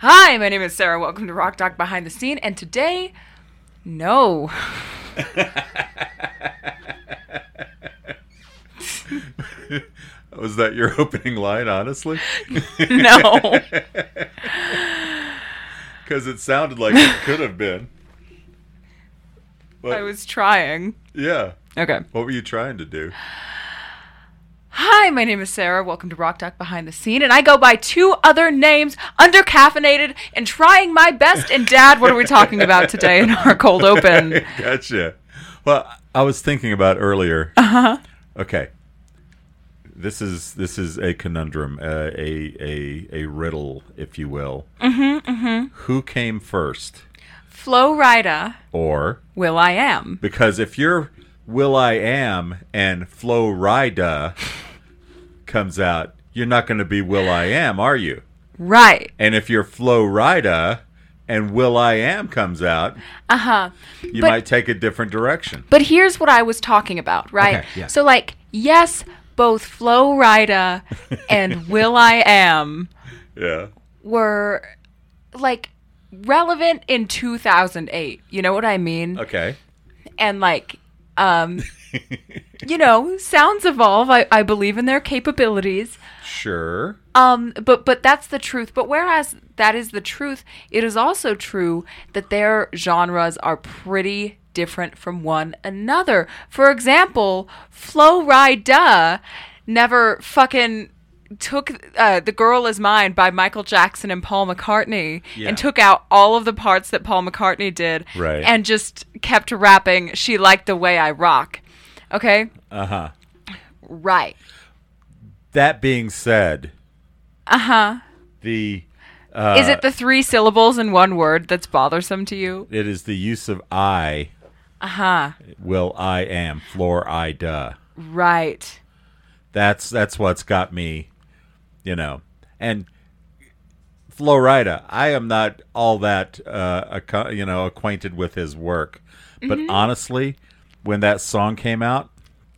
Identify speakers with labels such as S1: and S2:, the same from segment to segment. S1: Hi, my name is Sarah. Welcome to Rock Doc Behind the Scene. And today, no.
S2: Was that your opening line, honestly?
S1: No.
S2: Because it sounded like it could have been. But,
S1: I was trying.
S2: Yeah.
S1: Okay.
S2: What were you trying to do?
S1: Hi, my name is Sarah. Welcome to Rock Doc Behind the Scene. And I go by two other names, undercaffeinated and trying my best. And Dad, what are we talking about today in our cold open?
S2: gotcha. Well, I was thinking about earlier. Okay. This is this is a conundrum, uh, a a a riddle, if you will. Mm-hmm, mm-hmm. Who came first,
S1: Flo Rida,
S2: or
S1: Will I Am.
S2: because if you're Will I Am and Flo Rida comes out, you're not going to be Will I Am, are you?
S1: Right.
S2: And if you're Flo Rida and Will I Am comes out,
S1: Uh huh.
S2: you
S1: But-
S2: might take a different direction.
S1: But here's what I was talking about, right?
S2: Okay, yeah.
S1: So, like, yes, both Flo Rida and Will I Am
S2: Yeah.
S1: were like relevant in 2008. You know what I mean?
S2: Okay.
S1: And like, um, you know, sounds evolve. I, I believe in their capabilities.
S2: Sure.
S1: Um, but but that's the truth. But whereas that is the truth, it is also true that their genres are pretty different from one another. For example, Flo Rida never fucking took uh, the girl is mine by michael jackson and paul mccartney
S2: Yeah.
S1: and took out all of the parts that paul mccartney did
S2: Right.
S1: and just kept rapping she liked the way i rock okay
S2: Uh huh.
S1: right
S2: That being said,
S1: Uh-huh.
S2: the uh,
S1: is it the three syllables in one word that's bothersome to you
S2: it is the use of I.
S1: Uh-huh.
S2: Will I am Flor Ida.
S1: Right.
S2: That's that's what's got me, you know. And Florida, I am not all that uh, acco- you know acquainted with his work, but
S1: Mm-hmm.
S2: honestly, when that song came out,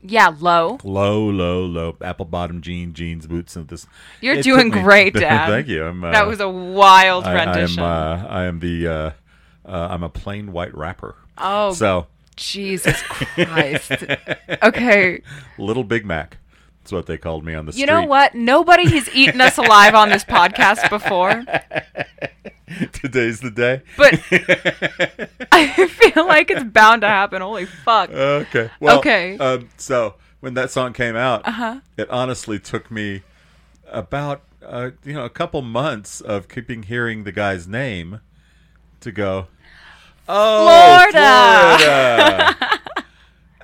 S1: Yeah, low.
S2: low, low, low, apple bottom jean, jeans, boots, and this.
S1: You're
S2: it took
S1: doing
S2: me-
S1: great, Dad.
S2: Thank you. I'm, uh,
S1: That was a wild
S2: I, I am.
S1: rendition.
S2: Uh, I am the. Uh, uh, I'm a plain white rapper.
S1: oh,
S2: So,
S1: Jesus Christ. okay.
S2: Little Big Mac. That's what they called me on the
S1: You
S2: street.
S1: know what? Nobody has eaten us alive on this podcast before,
S2: Today's the day.
S1: but I feel like it's bound to happen. Holy
S2: Uh,
S1: fuck.
S2: Okay. Well,
S1: Okay. Uh-huh.
S2: Um, so when that song came out, it honestly took me about uh, you know a couple months of keeping hearing the guy's name to go. Oh,
S1: Florida."
S2: Florida.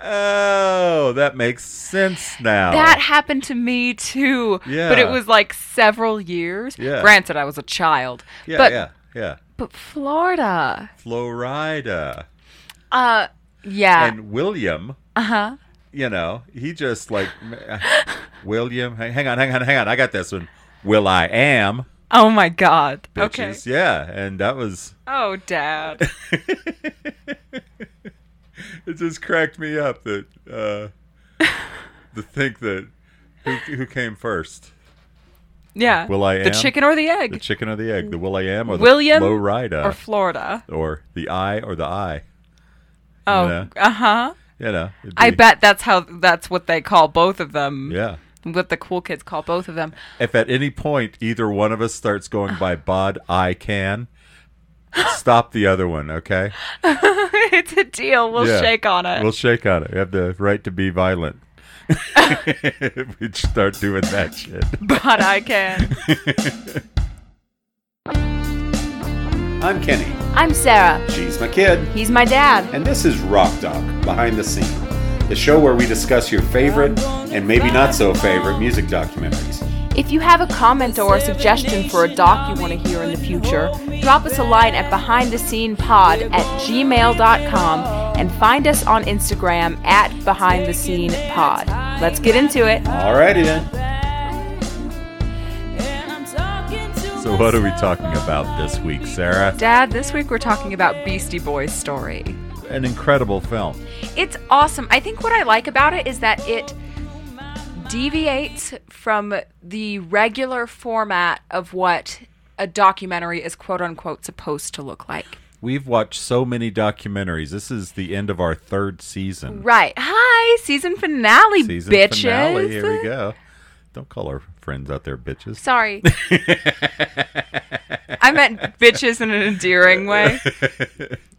S2: oh, that makes sense now.
S1: That happened to me too.
S2: Yeah.
S1: But it was like several years.
S2: Yeah.
S1: Granted, I was a child.
S2: yeah,
S1: but,
S2: yeah, yeah.
S1: But Florida.
S2: Florida
S1: Uh, yeah.
S2: and William.
S1: uh huh.
S2: you know, he just like William. Hang hang on, hang on, hang on. I got this one. Will I am
S1: Oh my god. Okay.
S2: bitches? Yeah, and that was
S1: Oh, Dad.
S2: it. Just cracked me up that uh, to think that who, who came first,
S1: Yeah.
S2: Will I
S1: The
S2: am?
S1: chicken or the egg?
S2: the chicken or the egg, the Will I am or the
S1: William
S2: Low Rida
S1: or Florida?
S2: or the I or the I.
S1: Oh,
S2: Yeah.
S1: uh huh.
S2: You know, it'd
S1: I
S2: be-
S1: bet that's how that's what they call both of them.
S2: Yeah.
S1: What the cool kids call both of them.
S2: If at any point either one of us starts going by bod, I can stop the other one. Okay.
S1: it's a deal. We'll
S2: Yeah.
S1: shake on it.
S2: We'll shake on it. We have the right to be violent. if we start doing that shit.
S1: but I can.
S3: I'm Kenny.
S1: I'm Sarah.
S3: She's my kid.
S1: He's my dad.
S3: And this is Rock Doc Behind the Scene, the show where we discuss your favorite and maybe not so favorite music documentaries.
S1: If you have a comment or a suggestion for a doc you want to hear in the future, drop us a line at behindthescenepod at gmail.com and find us on Instagram at behindthescenepod. Let's get into it.
S3: Alrighty then.
S2: So, what are we talking about this week, Sarah?
S1: Dad, this week we're talking about Beastie Boys story.
S2: An incredible film.
S1: It's awesome. I think what I like about it is that it deviates from the regular format of what a documentary is quote unquote supposed to look like.
S2: We've watched so many documentaries. This is the end of our third season.
S1: Right. Hi, season finale,
S2: Season
S1: bitches.
S2: finale. Here we go. Don't call our friends out there bitches.
S1: Sorry. I meant bitches in an endearing way.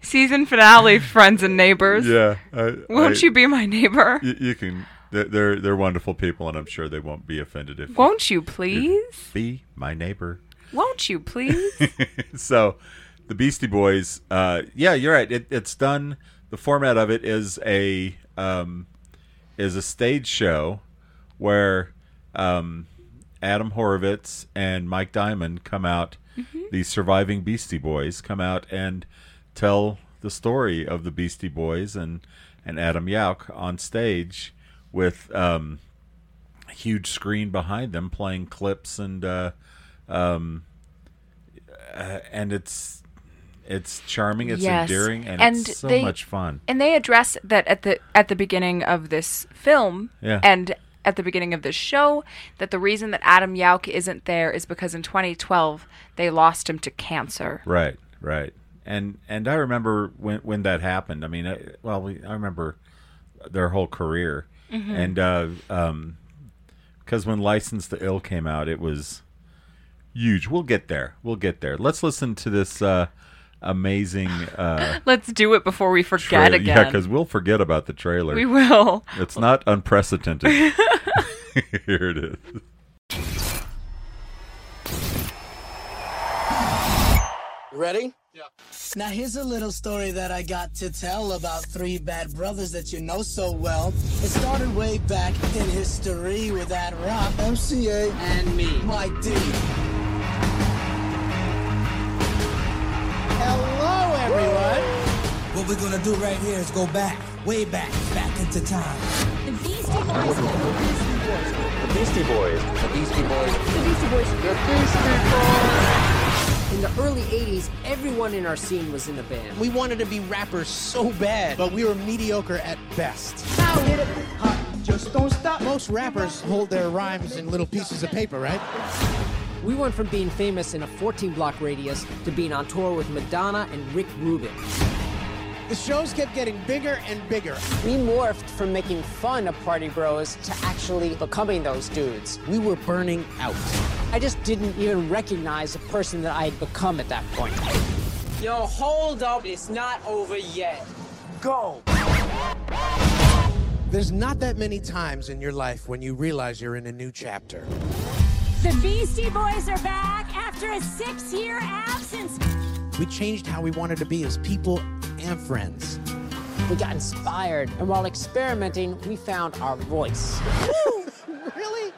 S1: Season finale, friends and neighbors.
S2: Yeah. I,
S1: Won't you be my neighbor?
S2: you? You can. they're- They're they're wonderful people, and I'm sure they won't be offended if
S1: Won't you please?
S2: be my neighbor.
S1: Won't you please?
S2: so the Beastie Boys, uh, yeah, you're right. It, it's done. The format of it is a um, is a stage show where um, Adam Horovitz and Mike Diamond come out.
S1: Mm-hmm.
S2: The surviving Beastie Boys come out and tell the story of the Beastie Boys and and Adam Yauch on stage with um, a huge screen behind them playing clips and. Uh, um, and it's it's charming, it's
S1: Yes.
S2: endearing, and,
S1: And
S2: it's so
S1: they-
S2: much fun.
S1: and they address that at the at the beginning of this film
S2: Yeah.
S1: and at the beginning of this show that the reason that Adam Yauch isn't there is because in 2012 they lost him to cancer.
S2: Right, right. And and I remember when when that happened. I mean, I, well, we, I remember their whole career,
S1: Mm-hmm.
S2: and uh, um, because when License to Ill came out, it was huge. We'll get there. We'll get there. Let's listen to this uh, amazing uh,
S1: Let's do it before we forget
S2: trailer. Yeah,
S1: again.
S2: because we'll forget about the trailer.
S1: we will.
S2: It's not unprecedented. Here it is.
S4: Ready?
S5: Now, here's a little story that I got to tell about three bad brothers that you know so well. It started way back in history with that rock, MCA,
S4: And me.
S5: Mike D. Hello, everyone. What we're gonna do right here is go back, way back, back into time.
S6: The Beastie Boys. The
S4: Beastie Boys. The Beastie Boys.
S6: Beastie Boys. In the early 80s, everyone in our scene was in a band.
S5: We wanted to be rappers so bad, but we were mediocre at best. Just don't stop. Most rappers hold their rhymes in little pieces of paper, right?
S6: We went from being famous in a 14 block radius to being on tour with Madonna and Rick Rubin.
S5: The shows kept getting bigger and bigger.
S7: We morphed from making fun of party bros to actually becoming those dudes.
S5: We were burning out.
S7: I just didn't even recognize the person that I had become at that point. Yo, hold up. It's not over yet. Go.
S5: There's not that many times in your life when you realize you're in a new chapter.
S8: The Beastie Boys are back after a six year absence.
S5: We changed how we wanted to be as people and friends.
S7: We got inspired, and while experimenting, we found our voice.
S5: really?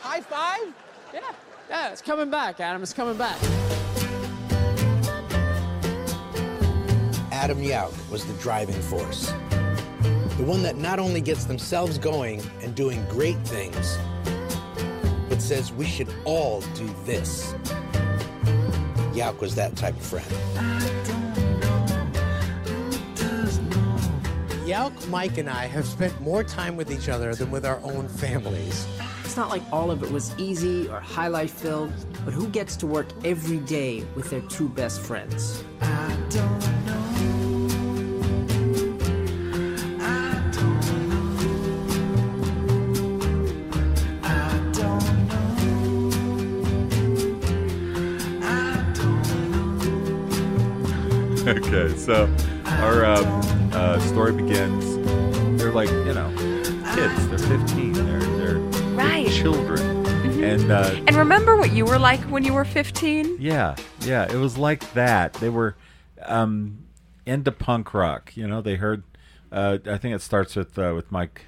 S5: High five?
S7: Yeah, yeah, it's coming back, Adam. It's coming back.
S5: Adam Yauch was the driving force. The one that not only gets themselves going and doing great things, but says we should all do this. Yauch was that type of friend. Yauch, Mike, and I have spent more time with each other than with our own families.
S7: It's not like all of it was easy or highlight filled, but who gets to work every day with their two best friends?
S2: Okay, so our uh, uh, story begins. They're like, you know, kids. They're 15. They're they're
S1: Right.
S2: children, and uh,
S1: And remember what you were like when you were 15?
S2: yeah, yeah. It was like that. They were um, into punk rock. You know, they heard. Uh, I think it starts with uh, with Mike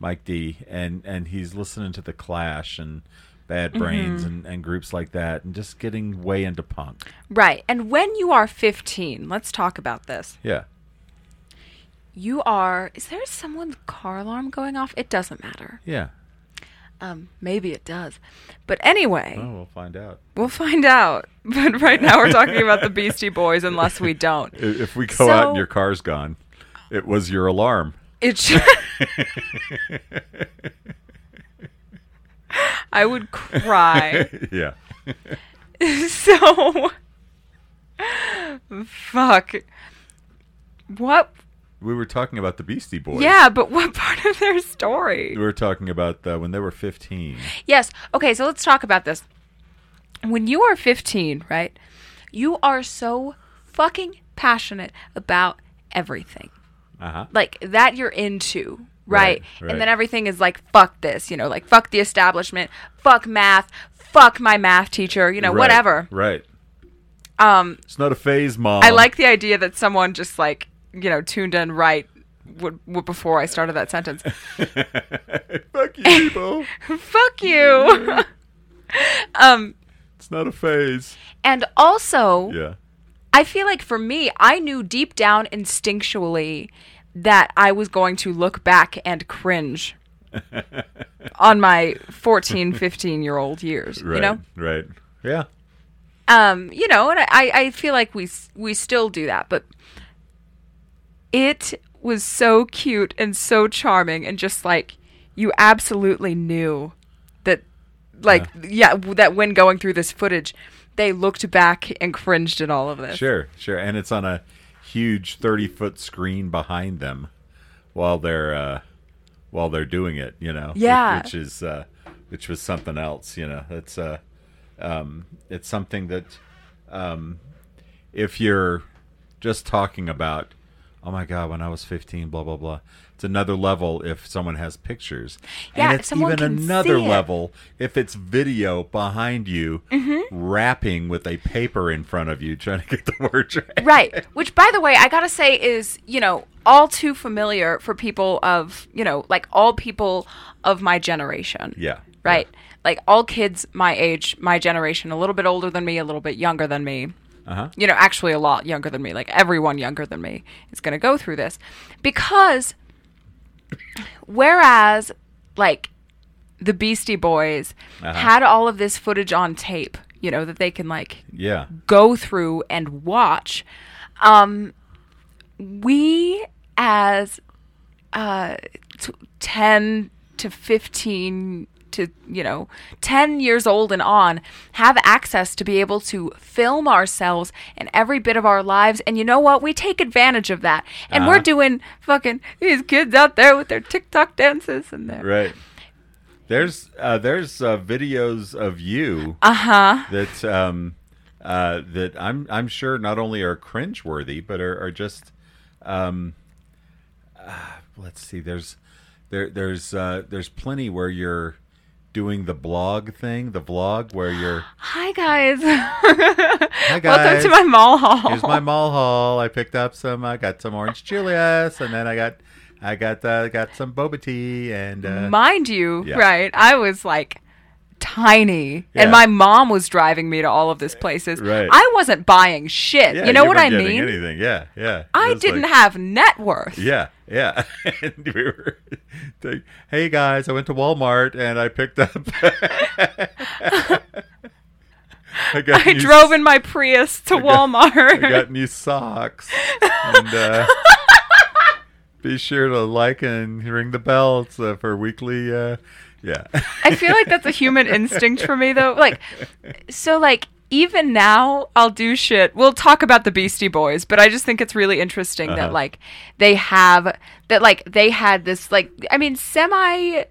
S2: Mike D, and and he's listening to the Clash and Bad Brains and, and groups like that, and just getting way into punk.
S1: Right. And when you are 15, let's talk about this.
S2: Yeah.
S1: You are. Is there someone's car alarm going off? It doesn't matter.
S2: Yeah.
S1: Um, maybe it does. But anyway,
S2: Oh, we'll find out.
S1: we'll find out. But right now we're talking about the Beastie Boys, unless we don't.
S2: I- If we go out
S1: So-
S2: and your car's gone, it was your alarm.
S1: It sh- I would cry.
S2: yeah.
S1: so fuck. What?
S2: We were talking about the Beastie Boys.
S1: Yeah, but what part of their story?
S2: We were talking about uh, when they were 15.
S1: Yes. Okay, so let's talk about this. When you are 15, right? You are so fucking passionate about everything.
S2: Uh-huh.
S1: Like that you're into, right?
S2: Right, right.
S1: And then everything is like fuck this, you know, like fuck the establishment, fuck math, fuck my math teacher, you know,
S2: Right,
S1: whatever.
S2: Right. Um, it's not a phase, mom.
S1: I like the idea that someone just like, you know, tuned in right w- w- before I started that sentence.
S2: Fuck you, people.
S1: fuck you.
S2: it's not a phase.
S1: and also,
S2: Yeah.
S1: I feel like for me, I knew deep down instinctually that I was going to look back and cringe on my 14, 15 year old years,
S2: Right.
S1: you know?
S2: Right. Yeah.
S1: Um, you know, and I, I feel like we s- we still do that, but it was so cute and so charming and just like you absolutely knew that like yeah, w that when going through this footage, they looked back and cringed at all of this.
S2: Sure. Sure. And it's on a huge 30-foot screen behind them while they're uh while they're doing it, you know. which-
S1: Yeah.
S2: Which, is uh which was something else, you know. It's uh um it's something that um if you're just talking about oh my god when i was 15 blah blah blah it's another level if someone has pictures
S1: Yeah,
S2: and
S1: if
S2: it's
S1: someone
S2: even
S1: can see
S2: another
S1: it.
S2: level if it's video behind you
S1: Mm-hmm.
S2: rapping with a paper in front of you trying to get the words right
S1: Right. Which, by the way, I gotta say is, you know, all too familiar for people of, you know, like all people of my generation.
S2: yeah
S1: Right. Like all kids my age, my generation, a little bit older than me, a little bit younger than me. Uh-huh. You know, actually a lot younger than me. Like everyone younger than me is going to go through this because whereas like the Beastie Boys
S2: Uh-huh.
S1: had all of this footage on tape, you know, that they can like
S2: yeah
S1: go through and watch. Um, we as uh, t- 10 to 15 to, you know, 10 years old and on have access to be able to film ourselves and every bit of our lives. And you know what? We take advantage of that. And
S2: Uh-huh.
S1: we're doing fucking these kids out there with their TikTok dances and their.
S2: right there's uh there's uh videos of you uh-huh that um uh that i'm i'm sure not only are cringe worthy but are, are just um ah, let's see there's there there's uh there's plenty where you're doing the blog thing the vlog where you're
S1: Hi, guys.
S2: hi
S1: Welcome
S2: guys
S1: to my mall hall.
S2: here's my mall haul i picked up some i got some orange julius and then i got i got uh, got some boba tea and uh,
S1: mind you,
S2: yeah.
S1: right? I was like tiny,
S2: Yeah.
S1: and my mom was driving me to all of these places.
S2: Right.
S1: I wasn't buying shit.
S2: Yeah,
S1: you know what
S2: weren't
S1: I
S2: getting
S1: mean?
S2: Anything? Yeah, yeah.
S1: I
S2: It was
S1: didn't
S2: like-
S1: have net worth.
S2: Yeah, yeah. and we were like, "Hey guys, I went to Walmart and I picked up." I, got
S1: I
S2: new-
S1: drove in my Prius to Walmart.
S2: I got new socks. and uh, be sure to like and ring the bell It's, uh, for weekly. Uh, yeah,
S1: I feel like that's a human instinct for me though. Like so like even now I'll do shit. We'll talk about the Beastie Boys, but I just think it's really interesting
S2: Uh-huh.
S1: that like they have that like they had this like I mean semi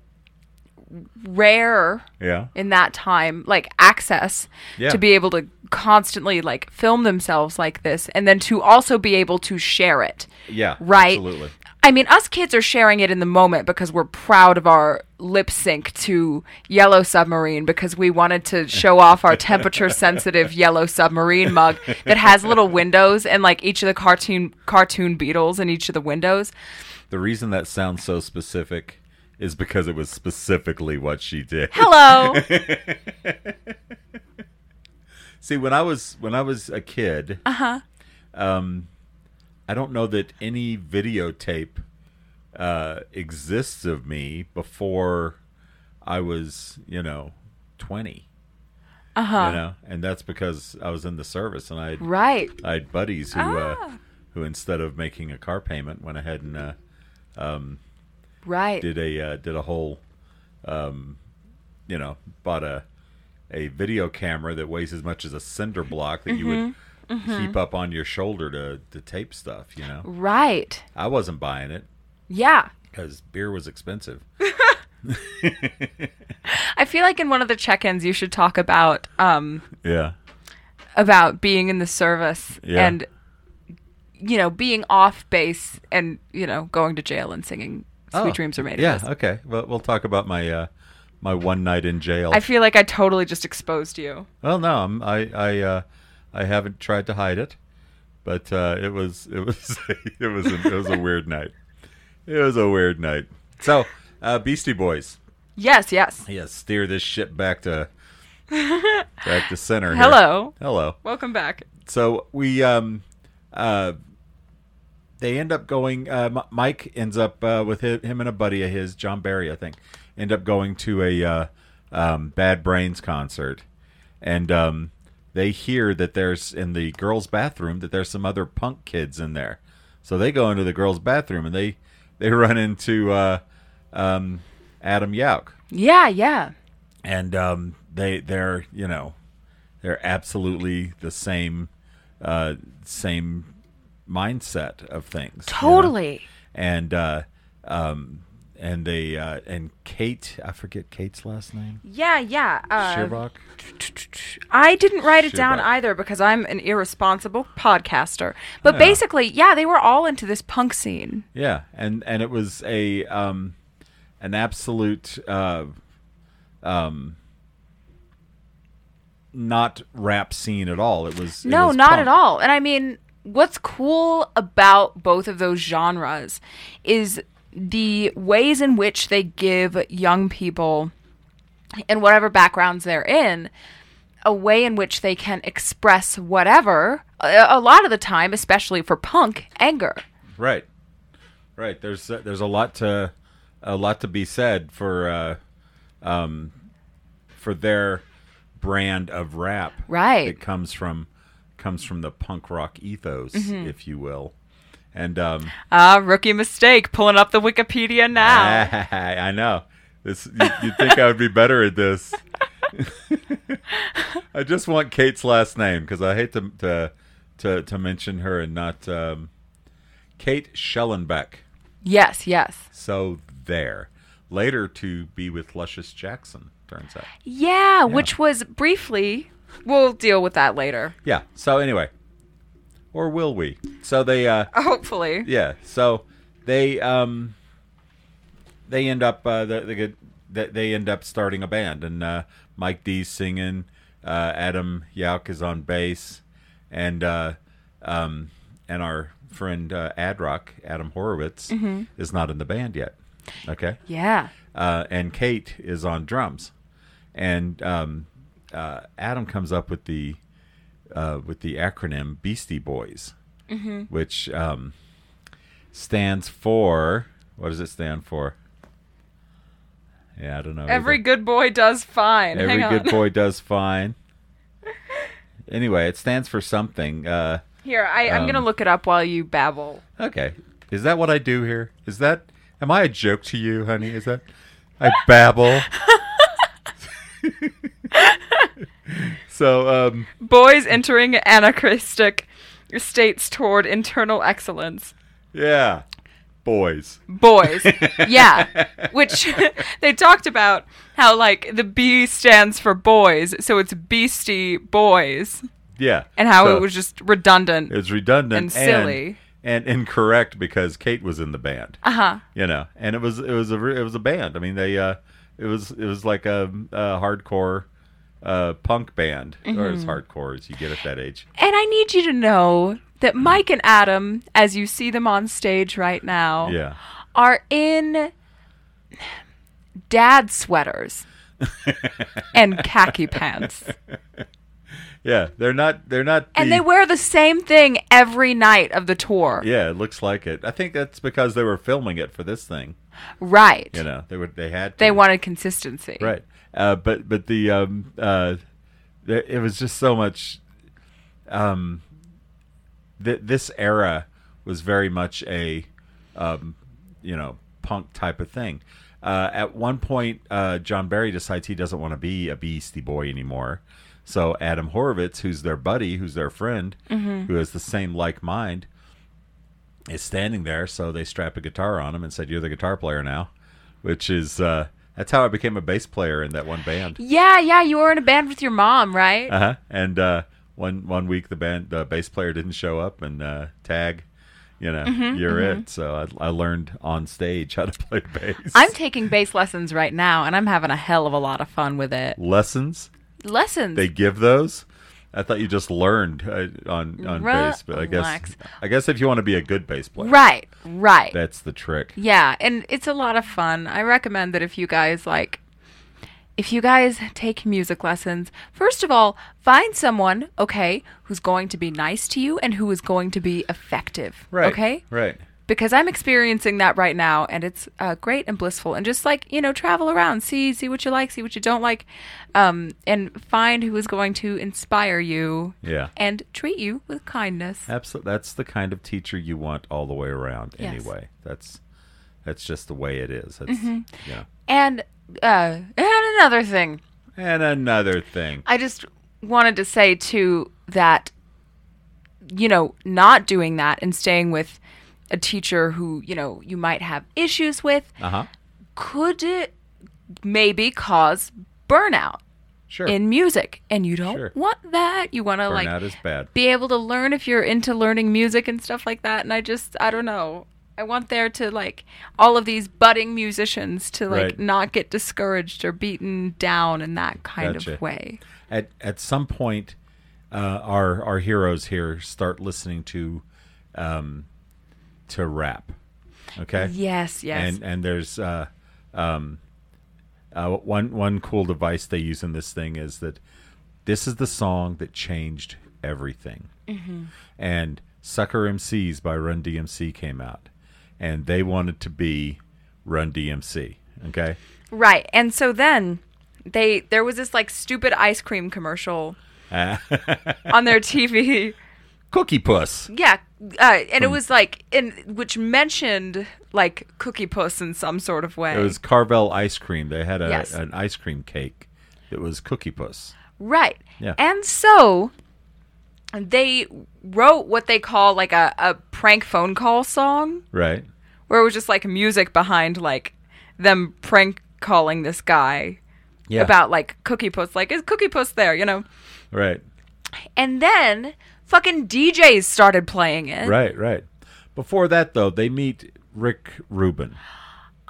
S1: rare
S2: yeah.
S1: in that time like access
S2: Yeah.
S1: to be able to constantly like film themselves like this and then to also be able to share it.
S2: Yeah,
S1: Right.
S2: absolutely.
S1: I mean, us kids are sharing it in the moment because we're proud of our lip sync to Yellow Submarine because we wanted to show off our temperature sensitive Yellow Submarine mug that has little windows and like each of the cartoon cartoon beetles in each of the windows.
S2: The reason that sounds so specific is because it was specifically what she did.
S1: Hello.
S2: See, when I was when I was a kid, uh-huh. um, I don't know that any videotape uh, exists of me before I was, you know, twenty. Uh huh. You know, and that's because I was in the service, and I
S1: right.
S2: I had buddies who uh, who instead of making a car payment went ahead and uh,
S1: Right.
S2: did a uh, did a whole, um, you know, bought a a video camera that weighs as much as a cinder block that you would heap up on your shoulder to, to tape stuff, you know?
S1: Right.
S2: I wasn't buying it
S1: Yeah.
S2: because beer was expensive.
S1: I feel like in one of the check-ins you should talk about um
S2: Yeah.
S1: about being in the service
S2: Yeah.
S1: and you know, being off base and, you know, going to jail and singing Sweet
S2: Oh,
S1: Dreams Are Made
S2: Yeah,
S1: of This.
S2: okay. Well, we'll talk about my uh, my one night in jail.
S1: I feel like I totally just exposed you.
S2: well, no, I'm, I I uh, I haven't tried to hide it, but uh, it was it was it was a, it was a weird night. It was a weird night. So, uh, Beastie Boys,
S1: Yes, yes.
S2: yeah, steer this ship back to back to center. here.
S1: Hello.
S2: hello.
S1: Welcome back.
S2: so we um uh they end up going uh, M- mike ends up uh, with hi- him and a buddy of his john barry i think end up going to a uh, um, bad brains concert and um they hear that there's in the girls bathroom that there's some other punk kids in there so they go into the girls bathroom and they they run into uh um adam yauk
S1: Yeah, yeah.
S2: and um, they they're you know they're absolutely the same uh, same mindset of things you know?
S1: Totally.
S2: and uh, um, and they uh, and Kate I forget Kate's last name
S1: Yeah, yeah. Uh,
S2: Sherbach
S1: I didn't write it down
S2: Sherbach.
S1: either because I'm an irresponsible podcaster. But basically, yeah, they were all into this punk scene.
S2: yeah and and it was a um, an absolute uh, um, not rap scene at all it was it
S1: no,
S2: was
S1: not
S2: punk.
S1: at all. And I mean, what's cool about both of those genres is the ways in which they give young people and whatever backgrounds they're in a way in which they can express whatever a, a lot of the time especially for punk anger
S2: Right, right. There's uh, there's a lot to a lot to be said for uh, um, for their brand of rap.
S1: Right.
S2: it comes from comes from the punk rock ethos, if you will. And um,
S1: ah rookie mistake pulling up the wikipedia now
S2: Ah. I know this. You, you'd think I would be better at this. I just want Kate's last name because I hate to, to to to mention her and not um, Kate Schellenbeck.
S1: yes yes
S2: So there. Later to be with Luscious Jackson, turns out.
S1: yeah, which was briefly we'll deal with that later
S2: Yeah. So anyway. Or will we? So they uh
S1: hopefully
S2: yeah, so they um they end up uh they, they get they- they end up starting a band and uh Mike D's singing, uh Adam Yauk is on bass and uh um and our friend uh, Adrock, Adam Horowitz is not in the band yet. Okay?
S1: yeah
S2: uh, and Kate is on drums, and um, uh, Adam comes up with the uh, with the acronym Beastie Boys,
S1: Mm-hmm.
S2: which um, stands for what does it stand for? Yeah, I don't know.
S1: Every
S2: either.
S1: good boy does fine.
S2: every
S1: Hang on.
S2: good boy does fine. Anyway, it stands for something. Uh,
S1: Here, I, I'm
S2: Um,
S1: gonna look it up while you babble.
S2: okay, is that what I do here? Is that am I a joke to you, honey? Is that I babble? so um,
S1: Boys entering anachristic states toward internal excellence.
S2: yeah, boys.
S1: Boys, yeah. Which they talked about how like the B stands for boys, so it's beastie boys,
S2: Yeah,
S1: and how
S2: So
S1: it was just redundant.
S2: it was redundant
S1: and silly.
S2: and incorrect because Kate was in the band. Uh
S1: Uh-huh.
S2: huh. You know, and it was it was a re- it was a band. I mean, they uh, it was it was like a, a hardcore uh punk band or
S1: Mm-hmm.
S2: as hardcore as you get at that age.
S1: and I need you to know that Mike and Adam, as you see them on stage right now,
S2: Yeah.
S1: are in dad sweaters and khaki pants.
S2: Yeah, they're not. They're not.
S1: And
S2: the-
S1: they wear the same thing every night of the tour.
S2: Yeah, it looks like it. I think that's because they were filming it for this thing.
S1: Right.
S2: You know, they were they had to.
S1: They wanted consistency.
S2: right. Uh, but but the um uh, there, it was just so much. Um, th- this era was very much a, um, you know, punk type of thing. Uh, at one point, uh, John Barry decides he doesn't want to be a Beastie Boy anymore. So Adam Horovitz, who's their buddy, who's their friend, who has the same like mind, is standing there. So they strap a guitar on him and said, "You're the guitar player now," which is uh, that's how I became a bass player in that one band.
S1: Yeah, yeah, you were in a band with your mom, right?
S2: Uh-huh. And uh, one one week the band the bass player didn't show up and uh, tag, you know,
S1: Mm-hmm,
S2: you're it. So I, I learned on stage how to play bass.
S1: I'm taking bass lessons right now, and I'm having a hell of a lot of fun with it.
S2: Lessons
S1: Lessons.
S2: they give those. I thought you just learned uh, on on bass, but I guess
S1: Relax.
S2: I guess if you want to be a good bass player,
S1: right, right.
S2: that's the trick.
S1: Yeah, and it's a lot of fun. I recommend that if you guys like if you guys take music lessons, first of all, find someone, okay, who's going to be nice to you and who is going to be effective.
S2: Right.
S1: Okay?
S2: Right.
S1: Because I'm experiencing that right now and it's uh, great and blissful. And just like, you know, travel around, see see what you like, see what you don't like, um, and find who is going to inspire you
S2: Yeah.
S1: and treat you with kindness.
S2: Absolutely. That's the kind of teacher you want all the way around.
S1: Yes.
S2: Anyway, that's that's just the way it is. That's,
S1: Mm-hmm.
S2: Yeah.
S1: And uh, and another thing.
S2: And another thing.
S1: I just wanted to say too that you know not doing that and staying with a teacher who you know you might have issues with
S2: Uh huh.
S1: could it maybe cause burnout
S2: Sure.
S1: in music and you don't
S2: Sure.
S1: want that you want to like
S2: Burnout is bad.
S1: be able to learn if you're into learning music and stuff like that and i just i don't know i want there to like all of these budding musicians to like
S2: Right.
S1: not get discouraged or beaten down in that kind
S2: Gotcha.
S1: of way
S2: at at some point uh, our our heroes here start listening to um to rap okay
S1: yes yes
S2: and and there's uh um uh, one one cool device they use in this thing is that this is the song that changed everything
S1: Mm-hmm.
S2: and Sucker MCs by Run DMC came out and they wanted to be Run DMC okay
S1: Right. And so then they there was this like stupid ice cream commercial on their TV.
S2: Cookie Puss
S1: Yeah. Uh, and it
S2: Hmm.
S1: was like in which mentioned like Cookie Puss in some sort of way.
S2: It was Carvel ice cream. They had a,
S1: Yes.
S2: an ice cream cake. It was Cookie Puss.
S1: right.
S2: Yeah.
S1: And so they wrote what they call like a, a prank phone call song
S2: Right.
S1: where it was just like music behind like them prank calling this guy
S2: Yeah.
S1: about like Cookie Puss like is Cookie Puss there, you know?
S2: Right.
S1: And then fucking DJs started playing it.
S2: Right. Right. Before that, though, they meet Rick Rubin.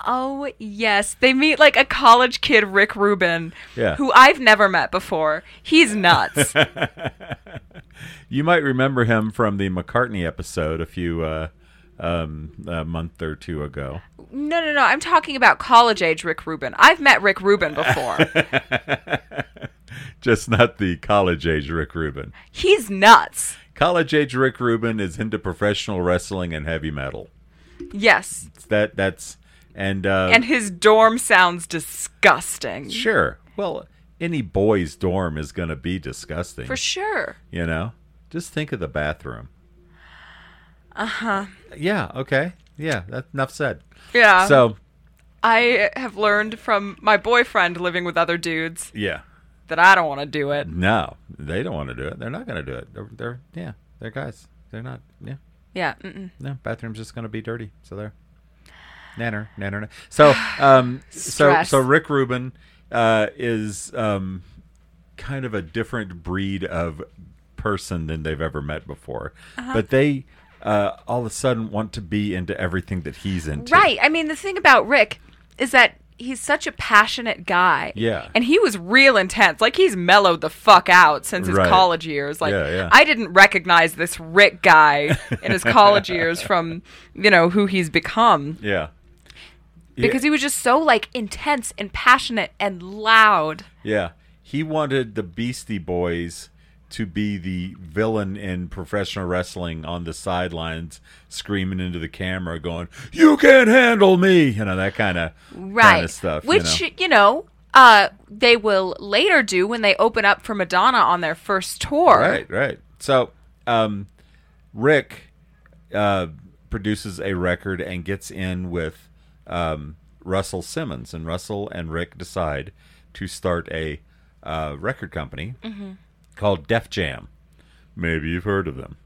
S1: Oh, yes. They meet like a college kid, Rick Rubin,
S2: Yeah.
S1: who I've never met before. He's nuts.
S2: You might remember him from the McCartney episode a few uh, um, a month or two ago.
S1: no, no, no. I'm talking about college age Rick Rubin. I've met Rick Rubin before.
S2: Just not the college age Rick Rubin.
S1: He's nuts.
S2: College age Rick Rubin is into professional wrestling and heavy metal.
S1: Yes.
S2: That that's and uh,
S1: And his dorm sounds disgusting.
S2: Sure. Well, any boy's dorm is going to be disgusting.
S1: For sure.
S2: You know? Just think of the bathroom.
S1: Uh-huh.
S2: Uh huh. Yeah, okay. Yeah, that's enough said.
S1: Yeah.
S2: so,
S1: I have learned from my boyfriend living with other dudes
S2: yeah.
S1: that I don't want to do it.
S2: No, they don't want to do it. They're not going to do it. They're, they're, yeah, they're guys. They're not, yeah.
S1: Yeah. Mm-mm.
S2: No, bathroom's just going to be dirty. So there. Nanner, nanner, nanner. So, um, so,
S1: Stress.
S2: so Rick Rubin, uh, is, um, kind of a different breed of person than they've ever met before.
S1: Uh-huh.
S2: But they, uh, all of a sudden want to be into everything that he's into.
S1: Right. I mean, the thing about Rick is that he's such a passionate guy.
S2: Yeah.
S1: And he was real intense. Like he's mellowed the fuck out since his
S2: Right.
S1: college years. Like
S2: Yeah, yeah.
S1: I didn't recognize this Rick guy in his college years from, you know, who he's become
S2: Yeah.
S1: because he was just so like intense and passionate and loud.
S2: Yeah. He wanted the Beastie Boys to be the villain in professional wrestling on the sidelines, screaming into the camera, going, You can't handle me! You know, that kind of
S1: right
S2: stuff. you
S1: which
S2: know.
S1: you know, uh they will later do when they open up for Madonna on their first tour.
S2: Right, right. So, um, Rick uh, produces a record and gets in with um, Russell Simmons, and Russell and Rick decide to start a uh, record company called Def Jam. Maybe you've heard of them.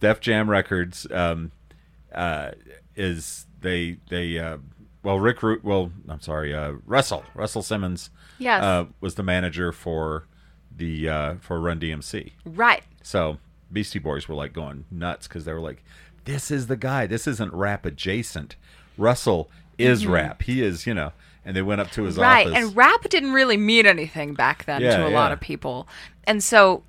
S2: Def Jam Records um, uh, is they they uh, well Rick Ru- well I'm sorry uh, Russell Russell Simmons
S1: Yes.
S2: uh, was the manager for the uh, for Run DMC.
S1: Right.
S2: So Beastie Boys were like going nuts because they were like, "This is the guy. This isn't rap adjacent. Russell is rap. He is, you know." And they went up to his
S1: Mm-hmm. Right.
S2: office.
S1: And rap didn't really mean anything back then
S2: Yeah,
S1: to a lot
S2: yeah.
S1: of people. And so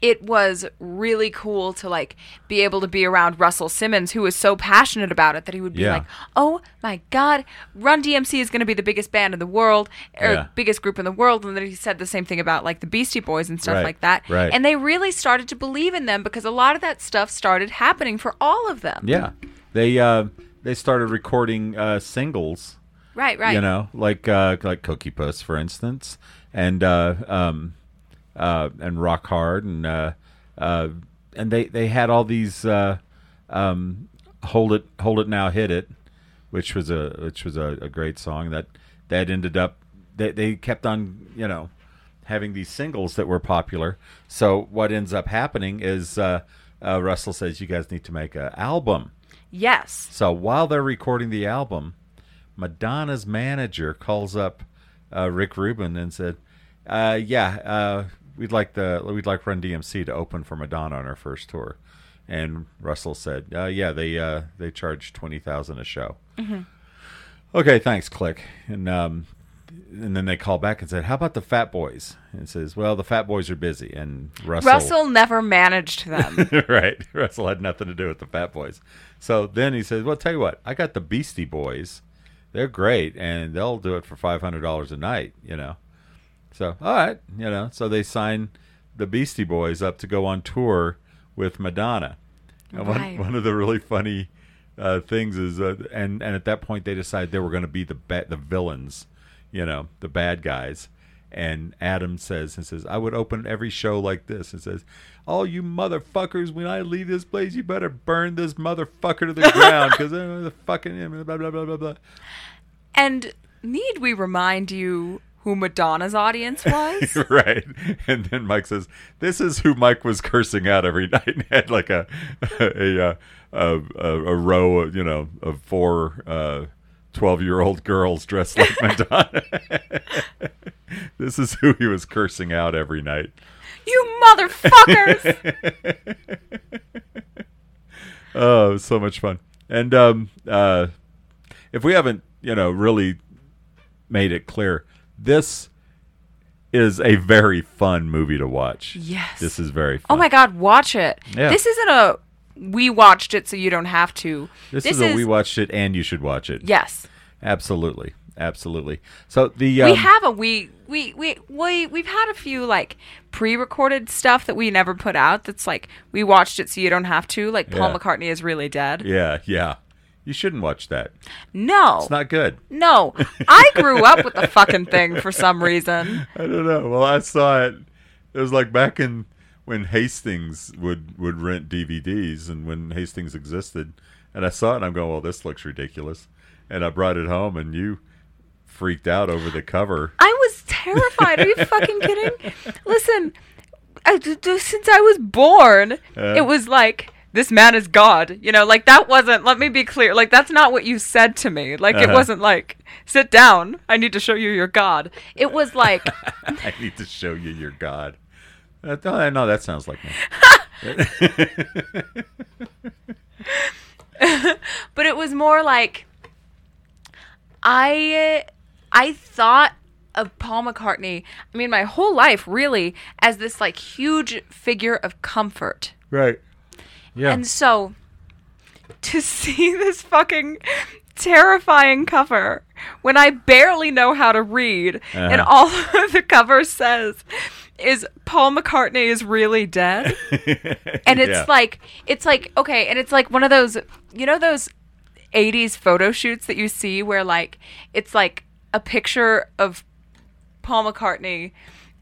S1: it was really cool to like be able to be around Russell Simmons who was so passionate about it that he would be
S2: Yeah.
S1: like, "Oh my god, Run DMC is going to be the biggest band in the world or
S2: Yeah.
S1: biggest group in the world." And then he said the same thing about like the Beastie Boys and stuff
S2: Right,
S1: like that.
S2: right.
S1: And they really started to believe in them because a lot of that stuff started happening for all of them.
S2: yeah, they uh, they started recording uh, singles.
S1: Right, right.
S2: You know, like uh, like Cookie Puss, for instance, and uh, um, uh, and Rock Hard, and uh, uh, and they they had all these uh, um, hold it hold it now hit it, which was a which was a, a great song that that ended up they they kept on you know having these singles that were popular. So what ends up happening is uh, uh, Russell says you guys need to make an album.
S1: Yes.
S2: So while they're recording the album, Madonna's manager calls up uh, Rick Rubin and said, uh, "Yeah, uh, we'd like the we'd like Run DMC to open for Madonna on her first tour." And Russell said, uh, "Yeah, they uh, they charge twenty thousand a show." Okay, thanks. Click and um, and then they call back and said, "How about the Fat Boys?" And it says, "Well, the Fat Boys are busy." And
S1: Russell never managed them.
S2: right. Russell had nothing to do with the Fat Boys. So then he says, "Well, tell you what, I got the Beastie Boys. They're great, and they'll do it for five hundred dollars a night." You know. So all right, you know. So they sign the Beastie Boys up to go on tour with Madonna. And
S1: Right.
S2: one, one of the really funny uh, things is, uh, and and at that point they decided they were going to be the ba- the villains, you know, the bad guys. And Adam says and says, I would open every show like this and says, All you motherfuckers, when I leave this place, you better burn this motherfucker to the ground because the fucking blah blah blah blah blah.
S1: And need we remind you who Madonna's audience was?
S2: right. And then Mike says, "This is who Mike was cursing out every night." And had like a a uh, a, a, a row of you know of four uh, twelve-year-old girls dressed like Madonna. this is who he was cursing out every night.
S1: you motherfuckers!
S2: Oh, it was so much fun. And um, uh, if we haven't, you know, really made it clear, this is a very fun movie to watch.
S1: Yes.
S2: This is very fun.
S1: oh my god, watch it.
S2: Yeah.
S1: This isn't a we watched it so you don't have to.
S2: This, is, a we watched it and you should watch it.
S1: Yes.
S2: Absolutely. Absolutely. So the um,
S1: we have a we we we we we've had a few like pre-recorded stuff that we never put out that's like we watched it so you don't have to like Paul
S2: Yeah.
S1: McCartney is really dead.
S2: Yeah, yeah. You shouldn't watch that.
S1: No.
S2: It's not good.
S1: no. I grew up with the fucking thing for some reason.
S2: I don't know. Well, I saw it. It was like back in when Hastings would would rent DVDs, and when Hastings existed, and I saw it, and I'm going, "Well, this looks ridiculous," and I brought it home, and you freaked out over the cover.
S1: I was terrified. Are you fucking kidding? Listen, I, d- d- since I was born, it was like this man is God. You know, like that wasn't. Let me be clear. Like that's not what you said to me. Like it
S2: Uh-huh.
S1: wasn't like sit down. I need to show you your God. It was like
S2: I need to show you your God. Uh, no, no, that sounds like me.
S1: but it was more like I I thought of Paul McCartney. I mean, my whole life really as this like huge figure of comfort.
S2: Right. Yeah.
S1: And so to see this fucking terrifying cover when I barely know how to read and all the cover says is Paul McCartney is really dead. and it's
S2: Yeah.
S1: like it's like okay, and it's like one of those you know those 80s photo shoots that you see where like it's like a picture of Paul McCartney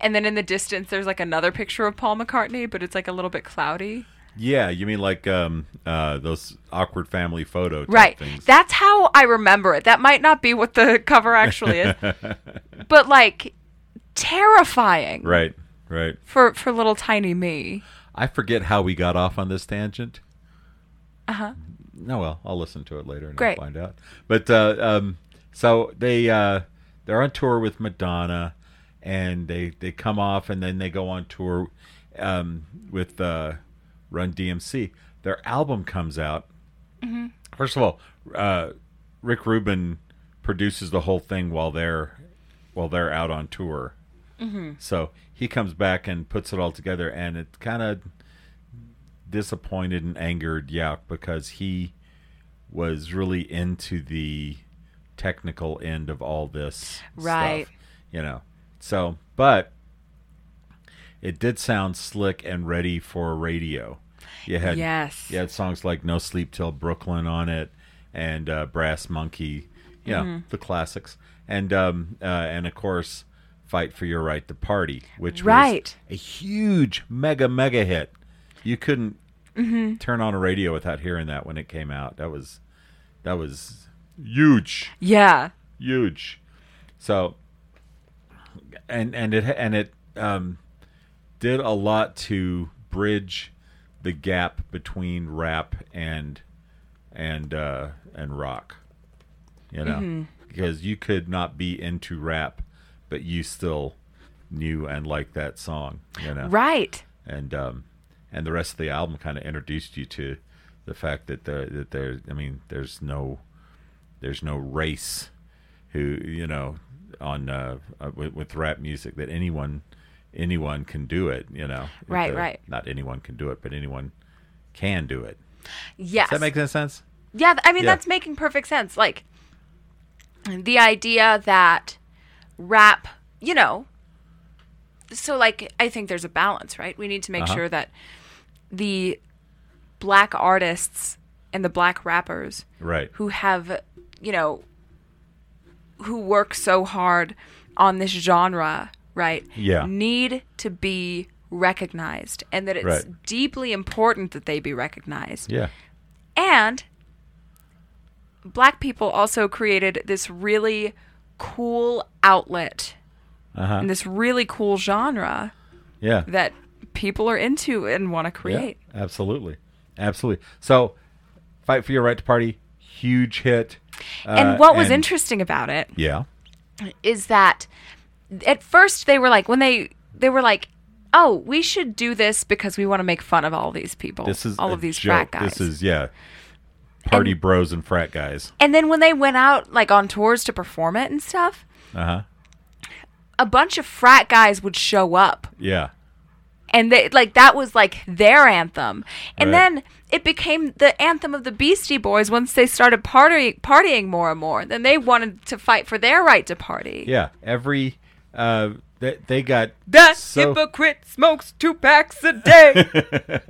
S1: and then in the distance there's like another picture of Paul McCartney but it's like a little bit cloudy.
S2: Yeah, you mean like um uh those awkward family photo type
S1: Right.
S2: things.
S1: That's how I remember it. That might not be what the cover actually is, but like terrifying
S2: right. Right.
S1: for for little tiny me.
S2: I forget how we got off on this tangent. Uh huh. No, well, I'll listen to it later and
S1: Great.
S2: I'll find out. But uh, um, so they uh, they're on tour with Madonna, and they they come off and then they go on tour um, with uh, Run DMC. Their album comes out. First of all, uh, Rick Rubin produces the whole thing while they're while they're out on tour.
S1: Mm-hmm.
S2: So he comes back and puts it all together, and it kind of disappointed and angered Yap because he was really into the technical end of all this,
S1: Right.
S2: Stuff, you know, so but it did sound slick and ready for radio. You had
S1: Yes.
S2: you had songs like "No Sleep Till Brooklyn" on it, and uh, "Brass Monkey," you know, the classics, and um, uh, and of course, "Fight for Your Right to Party," which
S1: Right.
S2: was a huge, mega, mega hit. You couldn't turn on a radio without hearing that when it came out. That was that was huge
S1: Yeah.
S2: huge. So, and and it and it um, did a lot to bridge the gap between rap and and uh, and rock. You know, because you could not be into rap, but you still knew and liked that song. You know,
S1: Right.
S2: and um, and the rest of the album kind of introduced you to the fact that there that there I mean there's no there's no race who you know on uh, uh, with, with rap music that anyone anyone can do it you know If
S1: Right,
S2: the-
S1: right.
S2: not anyone can do it but anyone can do it
S1: Yes.
S2: does that make any sense
S1: Yeah, th- I mean
S2: Yeah.
S1: that's making perfect sense. Like the idea that rap, you know, so like I think there's a balance, right? We need to make
S2: Uh-huh.
S1: sure that the black artists and the black rappers
S2: right
S1: who have, you know, who work so hard on this genre, right?
S2: Yeah.
S1: Need to be recognized and that it's
S2: Right.
S1: deeply important that they be recognized.
S2: yeah
S1: And black people also created this really cool outlet
S2: Uh-huh.
S1: and this really cool genre
S2: yeah
S1: that people are into and want to
S2: Yeah,
S1: create.
S2: absolutely absolutely so fight for your right to party huge hit Uh,
S1: and what was
S2: and-
S1: interesting about it
S2: yeah
S1: is that at first they were like when they they were like oh we should do this because we want to make fun of all these people
S2: This is
S1: all
S2: a
S1: of these
S2: joke.
S1: frat guys
S2: This is yeah, party
S1: And-
S2: bros and frat guys.
S1: and then when they went out like on tours to perform it and stuff
S2: Uh huh.
S1: a bunch of frat guys would show up
S2: Yeah.
S1: and they like that was like their anthem and
S2: Right.
S1: then it became the anthem of the beastie boys once they started party- partying more and more then they wanted to fight for their right to party
S2: Yeah. Every uh, they they got
S1: that
S2: so
S1: hypocrite smokes two packs a day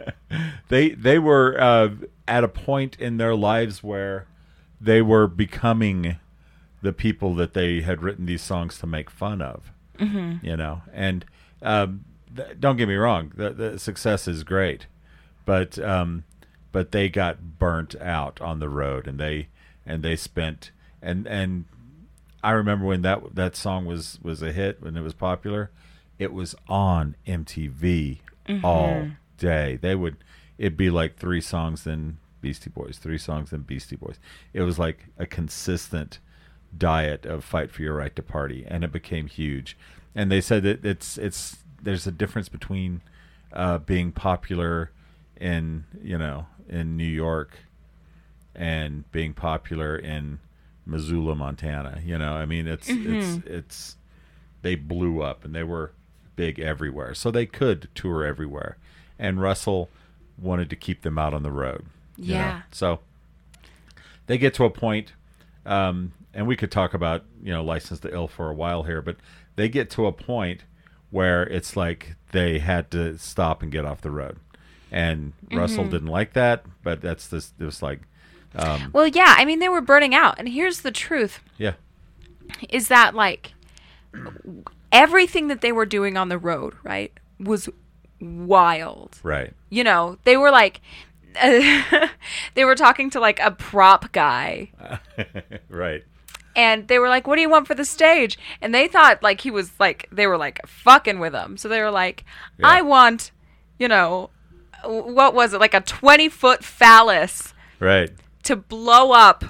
S2: they they were uh, at a point in their lives where they were becoming the people that they had written these songs to make fun of. Mm-hmm. You know, and um, th- don't get me wrong, the, the success is great, but um, but they got burnt out on the road, and they and they spent and and I remember when that that song was was a hit when it was popular. It was on MTV all day. They would it'd be like three songs then Beastie Boys, three songs then Beastie Boys. It was like a consistent diet of fight for your right to party and it became huge. And they said that it's it's there's a difference between uh, being popular in you know in New York and being popular in Missoula, Montana. You know, I mean, it's it's it's they blew up and they were big everywhere, so they could tour everywhere. And Russell wanted to keep them out on the road. you know?
S1: Yeah.
S2: so they get to a point, um, and we could talk about you know license to ill for a while here, but they get to a point where it's like they had to stop and get off the road. And Russell didn't like that, but that's this. It was like,
S1: well yeah i mean they were burning out and here's the truth
S2: yeah,
S1: is that like everything that they were doing on the road, right, was wild.
S2: Right.
S1: You know, they were like, they were talking to like a prop guy,
S2: Right.
S1: and they were like, "What do you want for the stage?" And they thought like he was like they were like fucking with him. So they were like, "I want, you know, w- what was it like a twenty foot phallus
S2: Right.
S1: to blow up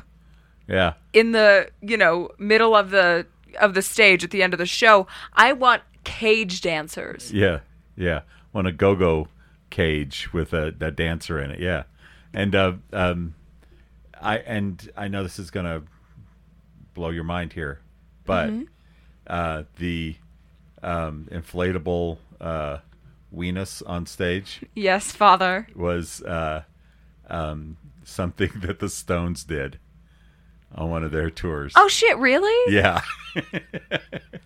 S2: Yeah.
S1: in the you know middle of the of the stage at the end of the show. I want cage dancers."
S2: Yeah. Yeah. On a go-go cage with a, a dancer in it. Yeah. And uh, um, I and I know this is gonna blow your mind here, but uh, the um, inflatable uh, weenus on stage
S1: Yes, father.
S2: was uh, um, something that the Stones did on one of their tours.
S1: Oh shit, really?
S2: Yeah.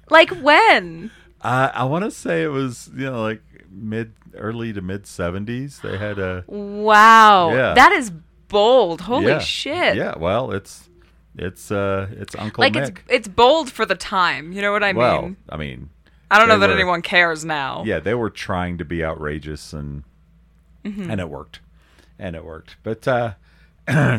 S1: Like when?
S2: Uh, I want to say it was, you know, like mid, early to mid 70s. They had a.
S1: Wow.
S2: Yeah.
S1: That is bold. Holy
S2: yeah.
S1: shit.
S2: Yeah, well, it's. It's uh, it's Uncle
S1: Like
S2: Mick.
S1: it's it's bold for the time, you know what I
S2: well,
S1: mean?
S2: I mean,
S1: I don't know
S2: they
S1: that
S2: were-
S1: anyone cares now.
S2: yeah, they were trying to be outrageous and
S1: Mm-hmm.
S2: and it worked, and it worked. But uh,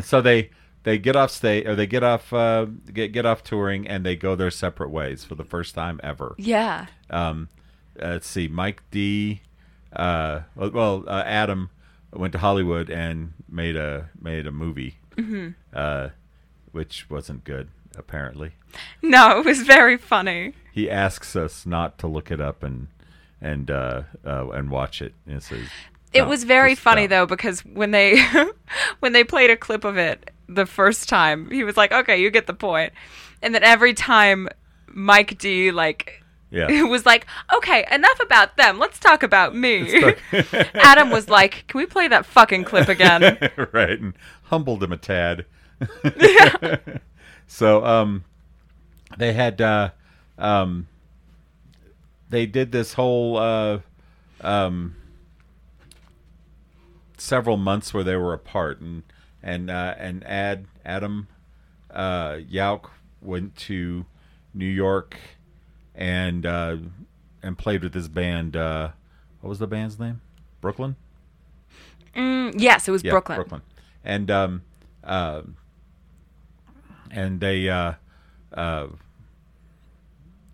S2: so they they get off state or they get off uh, get get off touring and they go their separate ways for the first time ever.
S1: Yeah.
S2: Um, uh, let's see, Mike D. Uh, well, uh, Adam went to Hollywood and made a made a movie,
S1: Mm-hmm.
S2: uh, which wasn't good apparently.
S1: No, it was very funny.
S2: He asks us not to look it up and and uh, uh, and watch it. And it says,
S1: It
S2: "No,
S1: was very
S2: Oh, just
S1: funny
S2: don't."
S1: though because when they when they played a clip of it the first time, he was like, "Okay, you get the point." And then every time Mike D like
S2: Yeah,
S1: was like, "Okay, enough about them. Let's talk about me." Adam was like, "Can we play that fucking clip again?"
S2: right, and humbled him a tad. so um, they had uh, um, they did this whole uh, um, several months where they were apart, and and uh, and Ad Adam uh, Yauk went to New York and uh, and played with his band. Uh, what was the band's name? Brooklyn.
S1: yes, it was
S2: Yeah,
S1: Brooklyn.
S2: Brooklyn. And um, uh, and they uh, uh,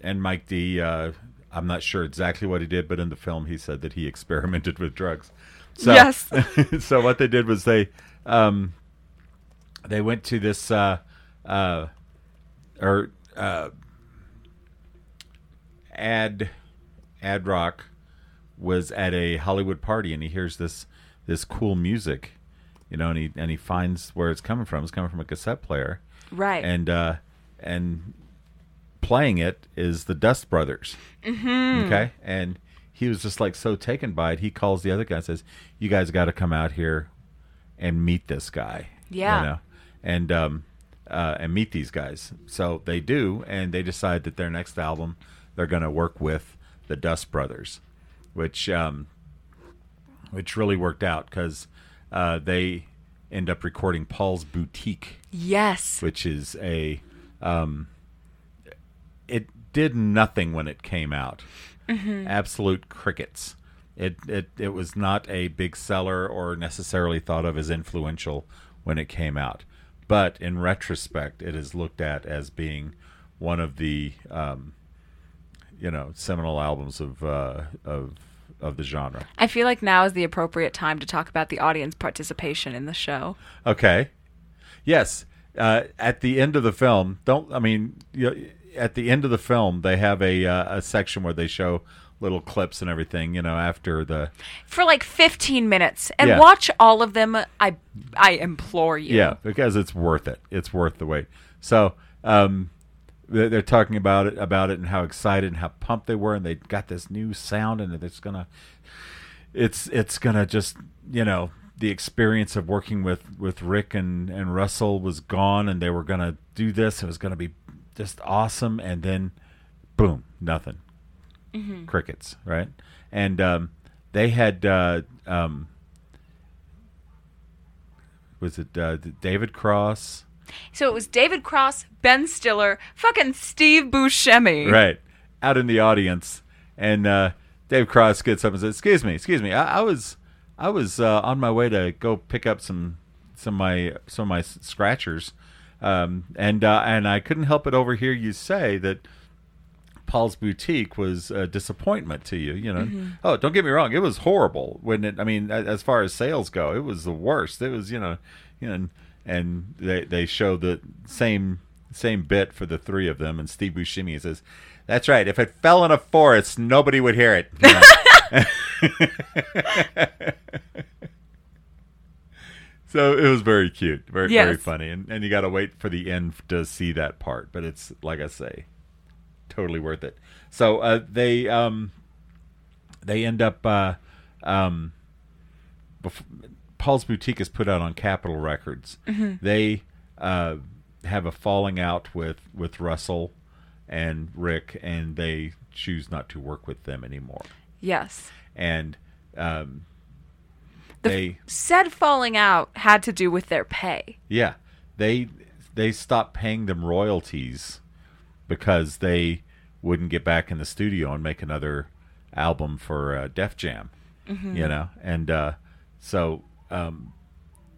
S2: and Mike D. Uh, I'm not sure exactly what he did, but in the film he said that he experimented with drugs. So,
S1: Yes.
S2: so what they did was they um, they went to this uh, uh, or uh, ad ad rock was at a Hollywood party and he hears this this cool music, you know, and he and he finds where it's coming from. It's coming from a cassette player,
S1: Right.
S2: and uh, and playing it is the Dust Brothers. Mm-hmm. Okay, and he was just like so taken by it. He calls the other guy and says, "You guys got to come out here and meet this guy."
S1: Yeah.
S2: you know, and um, uh, and meet these guys. So they do, and they decide that their next album they're going to work with the Dust Brothers, which um, which really worked out because uh, they end up recording Paul's Boutique
S1: yes.
S2: which is a um, it did nothing when it came out. Absolute crickets. It, it it was not a big seller or necessarily thought of as influential when it came out, but in retrospect, it is looked at as being one of the um, you know seminal albums of uh, of of the genre.
S1: I feel like now is the appropriate time to talk about the audience participation in the show.
S2: Okay. Yes. Uh, at the end of the film, don't I mean? You, at the end of the film, they have a uh, a section where they show little clips and everything. You know, after the
S1: For like 15 minutes and
S2: Yeah.
S1: watch all of them. I I implore you.
S2: yeah, because it's worth it. It's worth the wait. So um, they- they're talking about it about it and how excited and how pumped they were, and they got this new sound, and it's gonna it's it's gonna just you know the experience of working with with Rick and and Russell was gone, and they were gonna do this. It was gonna be just awesome, and then boom, nothing, crickets, right? And um, they had uh, um, was it uh, David Cross?
S1: So it was David Cross, Ben Stiller, fucking Steve Buscemi.
S2: right out in the audience and uh Dave Cross gets up and says, "Excuse me, excuse me. I, I was, I was uh, on my way to go pick up some, some of my, some of my s- scratchers, um, and uh, and I couldn't help but overhear you say that Paul's Boutique was a disappointment to you. You know, oh, don't get me wrong, it was horrible. When it, I mean, a- as far as sales go, it was the worst. It was, you know, you know, and, and they they show the same same bit for the three of them, and Steve Buscemi says, "That's right. If it fell in a forest, nobody would hear it." You know? So it was very cute, very very
S1: Yes.
S2: funny, and and you got to wait for the end to see that part. But it's like I say, totally worth it. So uh, they um, they end up uh, um, bef- Paul's Boutique is put out on Capitol Records. They uh, have a falling out with with Russell and Rick, and they choose not to work with them anymore.
S1: Yes.
S2: And um, they
S1: Said falling out had to do with their pay.
S2: Yeah, they they stopped paying them royalties because they wouldn't get back in the studio and make another album for uh, Def Jam, you know, and uh, so um,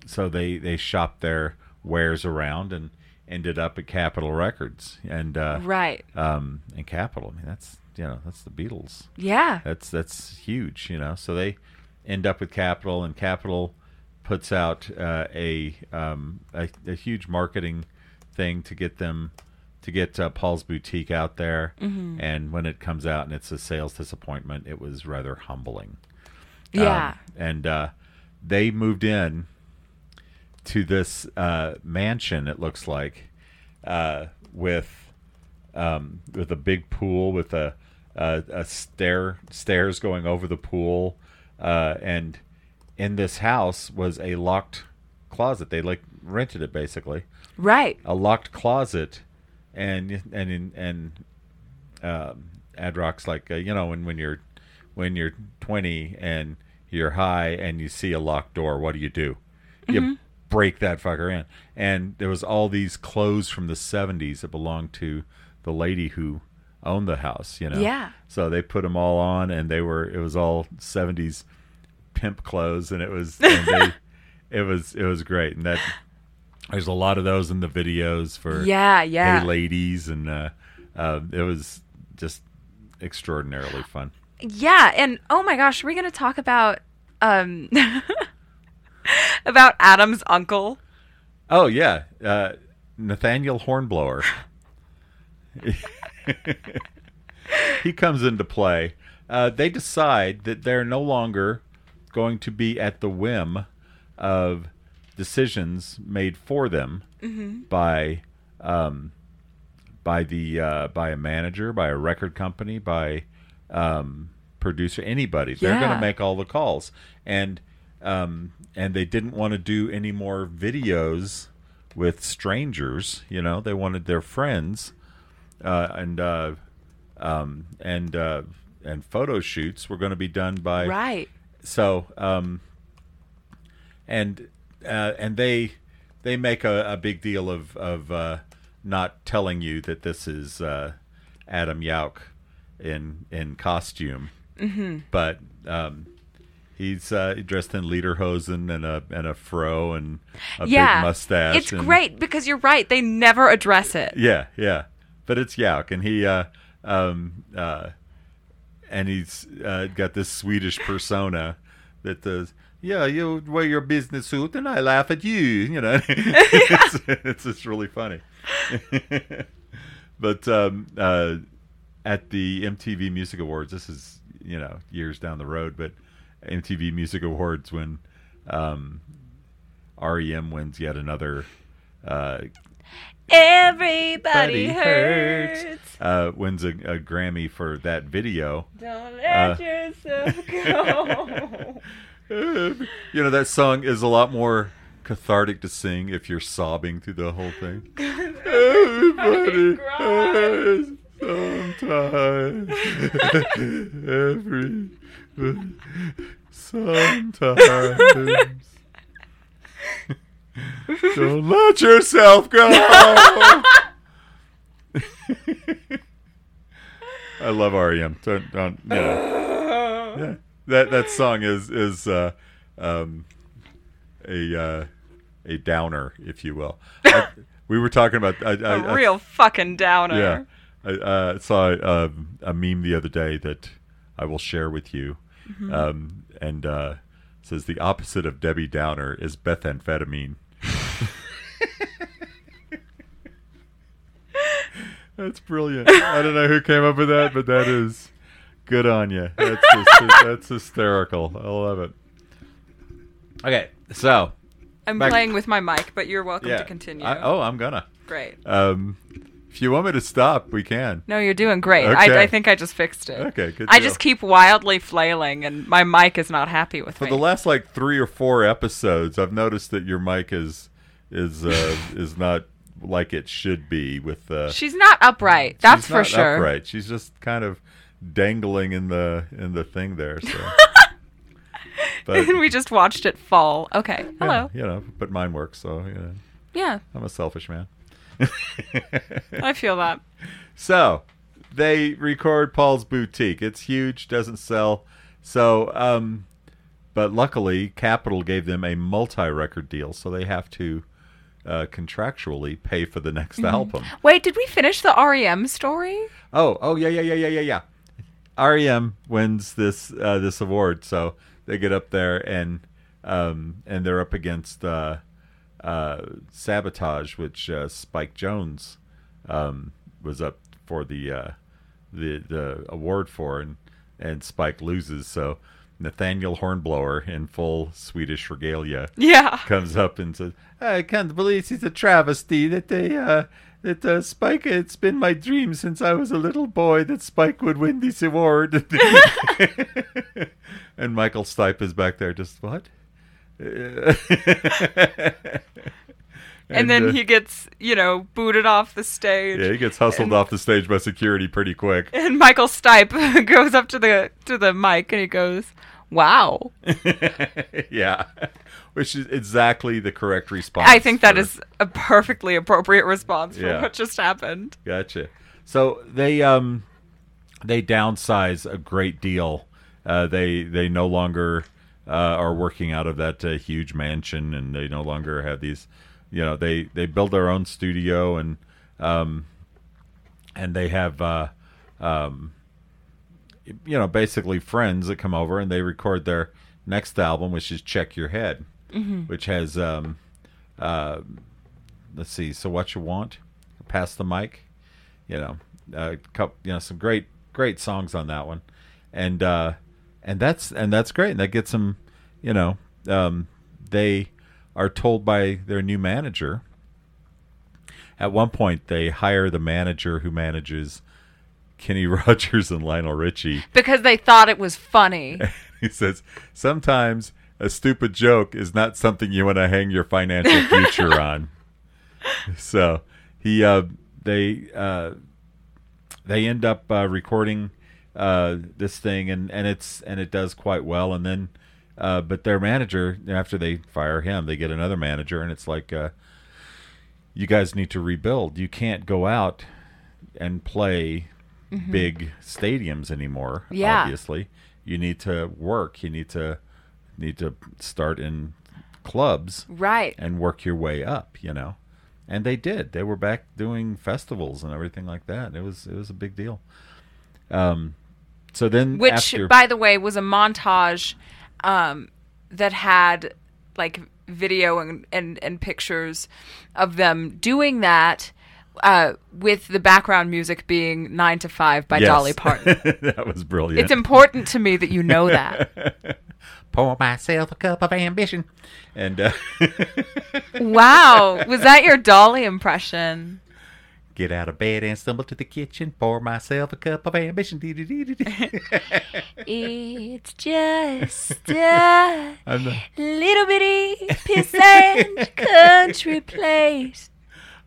S2: so they they shopped their wares around and ended up at Capitol Records and uh,
S1: Right.
S2: um, and Capitol. I mean, that's you know that's the Beatles
S1: Yeah.
S2: that's that's huge, you know. So they end up with Capital, and Capital puts out uh, a, um, a a huge marketing thing to get them to get uh, Paul's Boutique out there. And when it comes out and it's a sales disappointment, it was rather humbling. Um,
S1: Yeah.
S2: and uh, they moved in to this uh, mansion. It looks like uh, with um, with a big pool with a a, a stair stairs going over the pool, uh, and in this house was a locked closet. They like rented it basically,
S1: right.
S2: a locked closet, and and in, and um, Adrock's like uh, you know when when you're when you're 20 and you're high and you see a locked door, what do you do? You break that fucker in. And there was all these clothes from the 70s that belonged to the lady who owned the house. You know,
S1: Yeah.
S2: So they put them all on, and they were it was all 70s pimp clothes, and it was and they, it was it was great, and that. There's a lot of those in the videos for
S1: Yeah, yeah.
S2: Hey Ladies, and uh, uh, it was just extraordinarily fun.
S1: Yeah, and oh my gosh, are we gonna talk about um about Adam's uncle?
S2: Oh yeah, uh, Nathaniel Hornblower. he comes into play. Uh, they decide that they're no longer going to be at the whim of decisions made for them by um, by the uh, by a manager, by a record company, by um, producer, anybody. They're going
S1: Yeah.
S2: to make all the calls, and um, and they didn't want to do any more videos with strangers. You know, they wanted their friends, uh, and uh, um, and uh, and photo shoots were going to be done by
S1: Right.
S2: so um and uh, and they they make a, a big deal of of uh not telling you that this is uh adam yauk in in costume mm-hmm. but um He's uh, dressed in lederhosen and a and a fro and a
S1: yeah.
S2: big mustache.
S1: It's
S2: and-
S1: great because you're right, they never address it.
S2: yeah, yeah. But it's Yauk, and he, uh, um, uh, and he's uh, got this Swedish persona that does. Yeah, you wear your business suit, and I laugh at you. You know, it's, it's just really funny. but um, uh, at the MTV Music Awards, this is you know years down the road, but MTV Music Awards when um, REM wins yet another uh,
S1: Everybody
S2: Buddy
S1: hurts.
S2: Uh, wins a, a Grammy for that video.
S1: Don't
S2: Uh.
S1: let yourself go.
S2: you know that song is a lot more cathartic to sing if you're sobbing through the whole thing. Everybody
S1: cries.
S2: cries sometimes. Every sometimes. Don't let yourself go. I E love REM. Don't, don't, you know.
S7: know?
S2: that that song is is uh, um, a uh, a downer, if you will. I- we were talking about I,
S1: A
S2: I- I-
S1: real fucking downer.
S2: yeah. I uh, saw a, a meme the other day that I will share with you,
S1: Mm-hmm.
S2: um, and uh, it says the opposite of Debbie Downer is methamphetamine. That's brilliant. I don't know who came up with that, but that is good on you. That's hys- that's hysterical. I love it. Okay, so
S1: I'm
S2: Back-
S1: playing with my mic, but you're welcome
S2: yeah,
S1: to continue.
S2: I- oh, I'm gonna.
S1: Great.
S2: Um, if you want me to stop, we can.
S1: No, you're doing great.
S2: Okay.
S1: I, I think I just fixed it.
S2: Okay, good
S1: I
S2: deal.
S1: just keep wildly flailing, and my mic is not happy with
S2: For
S1: me.
S2: the last like three or four episodes, I've noticed that your mic is is uh, is not like it should be. With uh,
S1: She's not upright. That's
S2: she's
S1: for
S2: not
S1: sure.
S2: Upright. She's just kind of dangling in the in the thing there. So, but
S1: And we just watched it fall. Okay. Hello.
S2: you know, but mine works. So you know,
S1: Yeah,
S2: I'm a selfish man.
S1: I feel that.
S2: So they record Paul's boutique. It's huge, doesn't sell. So, um, but luckily, Capitol gave them a multi-record deal, so they have to uh, contractually pay for the next album.
S1: Wait, did we finish the REM story?
S2: Oh, oh yeah, yeah, yeah, yeah, yeah, yeah. REM wins this uh, this award, so they get up there and um, and they're up against uh, uh, Sabotage, which uh, Spike Jones um, was up for the uh, the the award for, and and Spike loses, so Nathaniel Hornblower in full Swedish regalia
S1: Yeah.
S2: comes up and says, "I can't believe it's a travesty that they uh, that uh, Spike. It's been my dream since I was a little boy that Spike would win this award." and Michael Stipe is back there, just what?
S1: And, then
S2: uh,
S1: he gets, you know, booted off the stage.
S2: yeah, he gets hustled off the stage by security pretty quick.
S1: And Michael Stipe goes up to the to the mic and he goes, "Wow."
S2: yeah, which is exactly the correct response.
S1: I think that
S2: for-
S1: is a perfectly appropriate response for
S2: Yeah.
S1: what just happened.
S2: Gotcha. So they um they downsize a great deal. Uh, they they no longer uh, are working out of that uh, huge mansion, and they no longer have these. You know, they they build their own studio, and um and they have uh um you know basically friends that come over and they record their next album, which is Check Your Head, which has um uh let's see. So what you want? Pass the mic. You know, a couple, you know some great great songs on that one, and uh, and that's and that's great. And that gets them. You know, um, they are told by their new manager. At one point, they hire the manager who manages Kenny Rogers and Lionel Richie
S1: Because they thought it was funny.
S2: he says, sometimes a stupid joke is not something you want to hang your financial future on. So he, uh, they, uh, they end up uh, recording uh, this thing, and, and it's and it does quite well. And then, uh, but their manager, after they fire him, they get another manager, and it's like, uh, you guys need to rebuild. You can't go out and play big stadiums anymore.
S1: Yeah.
S2: Obviously, you need to work. You need to need to start in clubs
S1: right.
S2: and work your way up, you know. And they did. They were back doing festivals and everything like that. It was it was a big deal. Um, so then
S1: Which,
S2: after,
S1: by the way, was a montage um, that had like video and, and, and pictures of them doing that uh, with the background music being Nine to Five by
S2: Yes.
S1: Dolly Parton.
S2: that was brilliant.
S1: It's important to me that you know that.
S2: Pour myself a cup of ambition, and uh,
S1: wow. Was that your Dolly impression?
S2: get out of bed and stumble to the kitchen. Pour myself a cup of ambition. Dee-dee-dee-dee-dee.
S1: It's just a
S2: I'm the-
S1: little bitty pissant country place.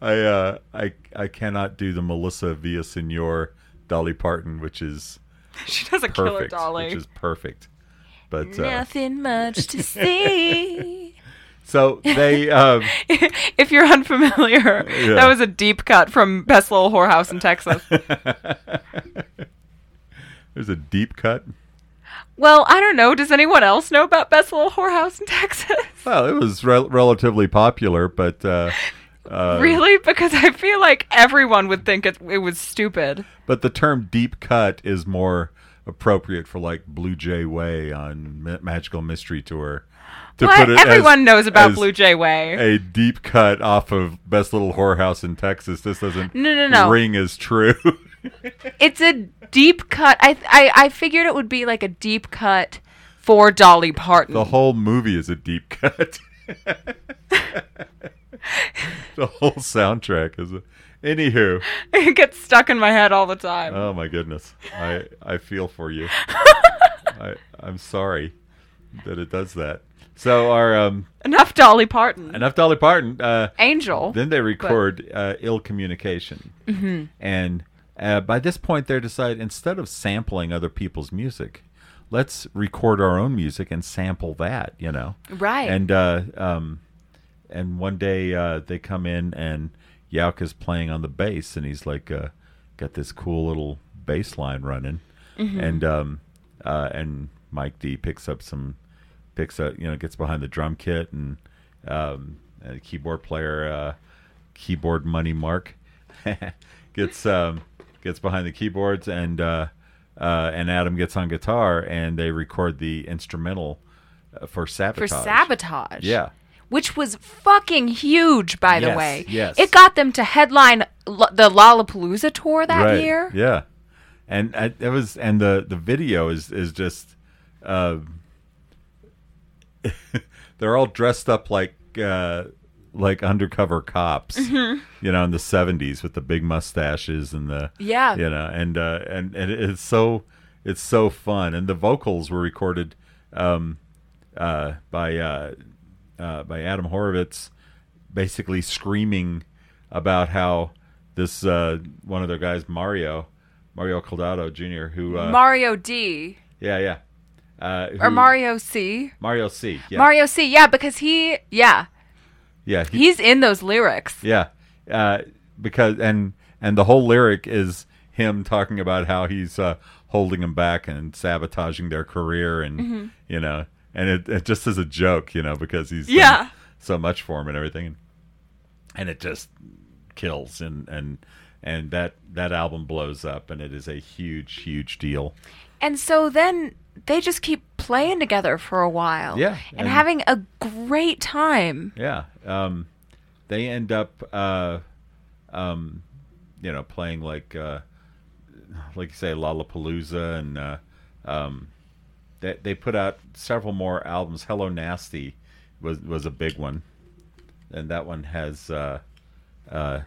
S2: I uh, I I cannot do the Melissa Villasenor Dolly Parton, which is
S1: She does a killer
S2: perfect,
S1: Dolly.
S2: which is perfect. But uh,
S1: Nothing much to see.
S2: so they um,
S1: if you're unfamiliar, that was a deep cut from Best Little Whorehouse in Texas.
S2: there's a deep cut.
S1: Well, I don't know. Does anyone else know about Best Little Whorehouse in Texas?
S2: Well, it was rel relatively popular, but uh, uh,
S1: really? Because I feel like everyone would think it, it was stupid.
S2: but the term deep cut is more appropriate for like Blue Jay Way on Ma- Magical Mystery Tour. To
S1: What?
S2: as-
S1: Everyone knows about
S2: as
S1: Blue Jay Way.
S2: A deep cut off of Best Little Whorehouse in Texas. This doesn't
S1: No, no, no.
S2: ring as true.
S1: It's a deep cut. I, I I figured it would be like a deep cut for Dolly Parton.
S2: the whole movie is a deep cut. the whole soundtrack is. A, anywho,
S1: it gets stuck in my head all the time.
S2: oh my goodness, I I feel for you. I I'm sorry that it does that. So our um
S1: Enough Dolly Parton.
S2: enough Dolly Parton. Uh,
S1: Angel.
S2: Then they record uh, ill communication, mm-hmm. and uh, by this point, they decide instead of sampling other people's music, let's record our own music and sample that. You know,
S1: Right.
S2: And uh, um, and one day uh, they come in and Yauk is playing on the bass, and he's like, uh, got this cool little bass line running, and um, uh, and Mike D picks up some, picks up you know gets behind the drum kit and um, and the keyboard player, uh, keyboard money mark, gets um, gets behind the keyboards and uh, uh, and Adam gets on guitar and they record the instrumental uh, for
S1: for
S2: sabotage.
S1: sabotage.
S2: Yeah.
S1: Which was fucking huge, by the
S2: Yes,
S1: way.
S2: yes.
S1: It got them to headline Lo- the Lollapalooza tour that
S2: right.
S1: year.
S2: Yeah, and I, it was, and the the video is is just, uh, they're all dressed up like uh, like undercover cops,
S1: Mm-hmm.
S2: you know, in the seventies with the big mustaches and the
S1: Yeah.
S2: you know, and uh, and and it's so it's so fun, and the vocals were recorded um, uh, by uh, uh, by Adam Horowitz, basically screaming about how this uh, one of their guys, Mario, Mario Caldado Jr., who uh,
S1: Mario D
S2: yeah yeah, uh,
S1: or
S2: who-
S1: Mario C.
S2: Mario C yeah
S1: Mario C. Yeah, because he yeah,
S2: yeah he-
S1: he's in those lyrics.
S2: yeah uh, because and and the whole lyric is him talking about how he's uh, holding them back and sabotaging their career and you know and it, it just is a joke you know because he's done
S1: Yeah.
S2: so much for him and everything and it just kills and and and that that album blows up and it is a huge huge deal
S1: And so then they just keep playing together for a while.
S2: Yeah,
S1: And,
S2: and-
S1: having a great time.
S2: Yeah. Um, they end up, uh, um, you know, playing like, uh, like you say, Lollapalooza, and uh, um, they they put out several more albums. Hello Nasty was was a big one, and that one has uh, uh,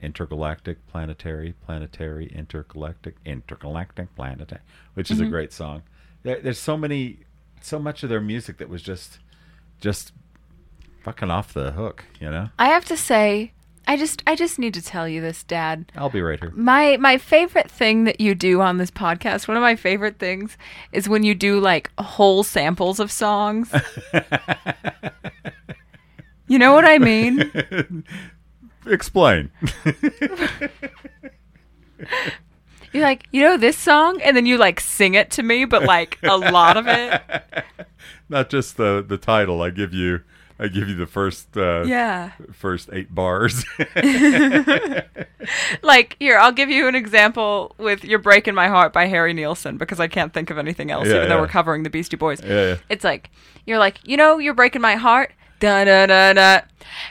S2: intergalactic, planetary, planetary, intergalactic, intergalactic, planetary, which is a great song. There, there's so many, so much of their music that was just, just fucking off the hook, you know?
S1: I have to say, I just I just need to tell you this, Dad.
S2: I'll be right here.
S1: My my favorite thing that you do on this podcast, one of my favorite things is when you do like whole samples of songs. you know what I mean?
S2: Explain.
S1: You're like, you know this song and then you like sing it to me but like a lot of it.
S2: Not just the the title. I give you I give you the first uh
S1: Yeah.
S2: first eight bars.
S1: Like, here, I'll give you an example with You're Breaking My Heart by Harry Nielsen because I can't think of anything else,
S2: Yeah,
S1: even though
S2: yeah.
S1: we're covering the Beastie Boys.
S2: Yeah, yeah.
S1: It's like, you're like, you know, You're Breaking My Heart. Da da da da.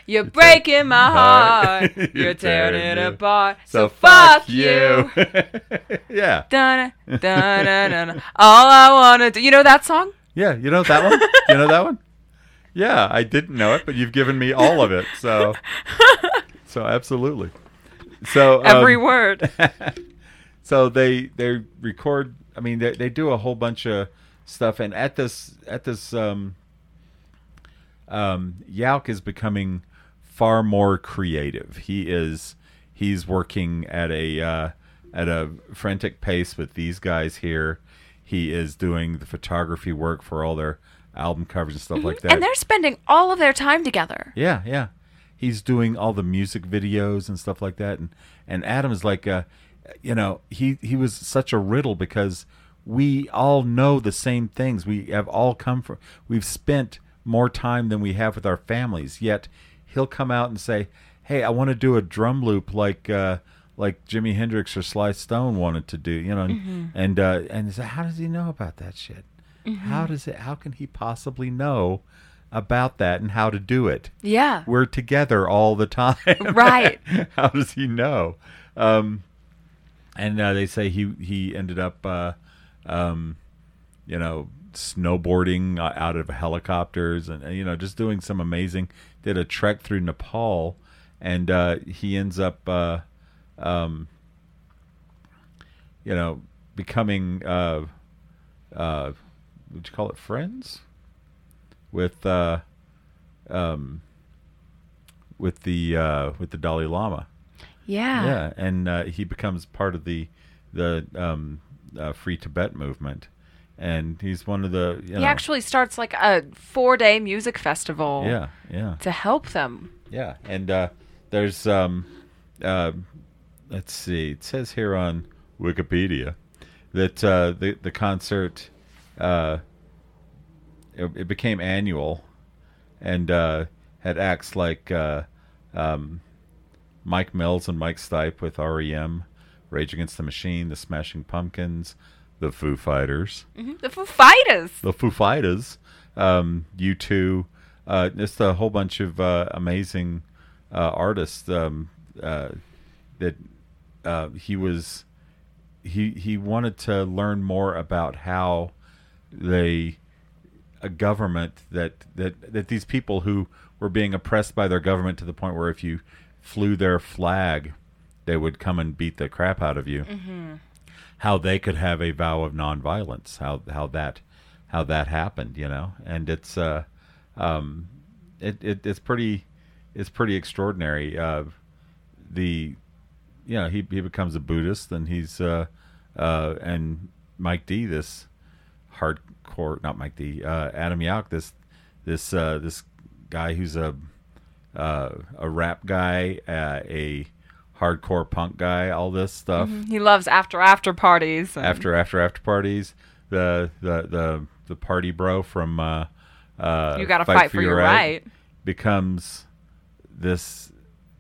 S1: You're breaking my
S2: heart.
S1: heart. You're tearing it apart.
S2: so
S1: So fuck you.
S2: yeah.
S1: Da da da da. All I want to do. You know that song?
S2: Yeah, you know that one? You know that one? Yeah, I didn't know it, but you've given me all of it. So So absolutely. So um,
S1: Every word.
S2: so they they record i mean they, they do a whole bunch of stuff and at this at this um um yauk is becoming far more creative he is he's working at a uh at a frantic pace with these guys here he is doing the photography work for all their album covers and stuff like that
S1: And they're spending all of their time together.
S2: yeah, yeah. He's doing all the music videos and stuff like that, and and Adam is like, uh, you know, he he was such a riddle because we all know the same things. We have all come from, we've spent more time than we have with our families. Yet he'll come out and say, "Hey, I want to do a drum loop like uh, like Jimi Hendrix or Sly Stone wanted to do." You know, and and, uh, and it's like, how does he know about that shit? How does it? How can he possibly know about that and how to do it?
S1: Yeah.
S2: We're together all the time.
S1: Right.
S2: how does he know? Um, and uh, they say he he ended up, uh, um, you know, snowboarding uh, out of helicopters, and uh, you know, just doing some amazing. Did a trek through Nepal, and uh, he ends up, uh, um, you know, becoming uh, uh, would you call it friends with uh, um, with the uh, with the Dalai Lama.
S1: Yeah.
S2: Yeah, and uh, he becomes part of the the um, uh, Free Tibet movement, and he's one of the you
S1: He
S2: know,
S1: actually starts like a four day music festival
S2: yeah yeah
S1: to help them.
S2: yeah, and uh, there's um, uh, let's see, it says here on Wikipedia that uh, the the concert uh, it, it became annual and uh, had acts like uh, um, Mike Mills and Mike Stipe with REM, Rage Against the Machine, the Smashing Pumpkins, the Foo Fighters
S1: Mm-hmm. The Foo Fighters.
S2: the Foo Fighters, um, U2, uh, just a whole bunch of uh, amazing uh, artists um, uh, that uh, he was he he wanted to learn more about how they a government that that that these people who were being oppressed by their government to the point where if you flew their flag they would come and beat the crap out of you how they could have a vow of nonviolence, how how that how that happened, you know, and it's uh, um, it, it it's pretty it's pretty extraordinary. Uh, the you know he he becomes a Buddhist and he's uh, uh, and Mike D this hardcore not Mike D uh, Adam Yauch this this uh, this guy who's a uh, a rap guy uh, a hardcore punk guy all this stuff
S1: He loves after after parties. and-
S2: after after after parties. The the the the party bro from uh, uh,
S1: You gotta fight for your right.
S2: becomes this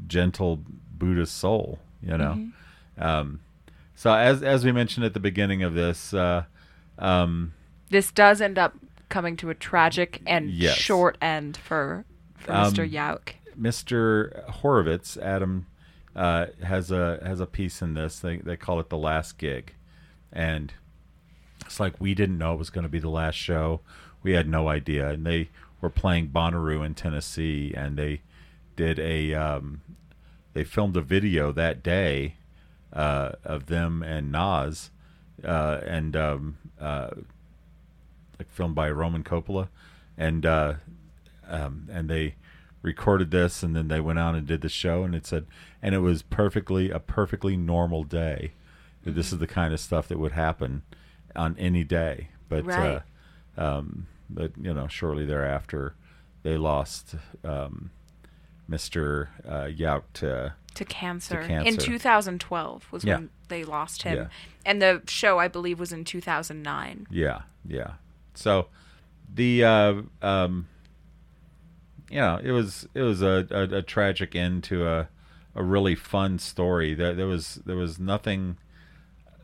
S2: gentle Buddhist soul, you know.
S1: Mm-hmm.
S2: Um, so as as we mentioned at the beginning of this, uh, um,
S1: this does end up coming to a tragic and
S2: Yes. Um,
S1: short end for, for Mr. Yauk.
S2: Mr. Horovitz, Adam, uh, has a has a piece in this. They they call it the last gig, and it's like we didn't know it was going to be the last show. We had no idea, and they were playing Bonnaroo in Tennessee, and they did a um, they filmed a video that day uh, of them and Nas, uh, and um, uh, like filmed by Roman Coppola, and uh, um, and they recorded this, and then they went out and did the show, and it said, and it was perfectly a perfectly normal day. This is the kind of stuff that would happen on any day, but
S1: Right.
S2: uh, um, but you know, shortly thereafter, they lost um, Mister uh, Yauk to
S1: To cancer. In
S2: cancer.
S1: 2012 was
S2: Yeah.
S1: when they lost him.
S2: Yeah.
S1: And the show, I believe, was in 2009.
S2: Yeah, yeah. So the uh um you know, it was it was a, a, a tragic end to a a really fun story. There there was there was nothing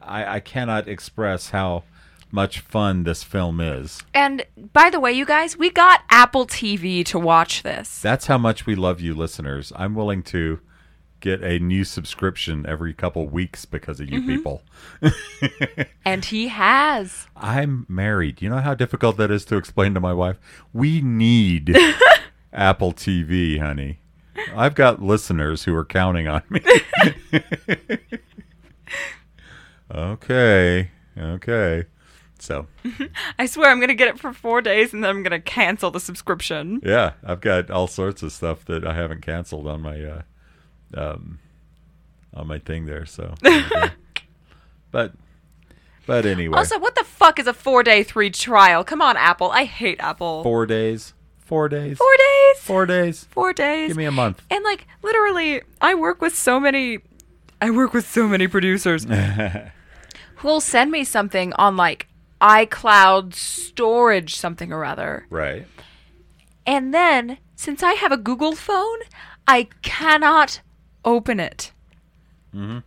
S2: I, I cannot express how much fun this film is.
S1: And by the way, you guys, we got Apple TV to watch this.
S2: That's how much we love you listeners. I'm willing to get a new subscription every couple weeks because of you people.
S1: And he has.
S2: I'm married. You know how difficult that is to explain to my wife? We need Apple TV, honey. I've got listeners who are counting on me. okay. Okay. So,
S1: I swear I'm going to get it for four days and then I'm going to cancel the subscription.
S2: yeah, I've got all sorts of stuff that I haven't canceled on my uh um on my thing there, so. but but anyway.
S1: Also, what the fuck is a four day, three trial? Come on, Apple. I hate Apple.
S2: 4 days. 4 days.
S1: Four days?
S2: 4 days.
S1: Four days.
S2: Give me a month.
S1: And like literally, I work with so many. I work with so many producers who'll send me something on like iCloud storage something or other.
S2: Right.
S1: And then, since I have a Google phone, I cannot open it.
S2: Mm-hmm.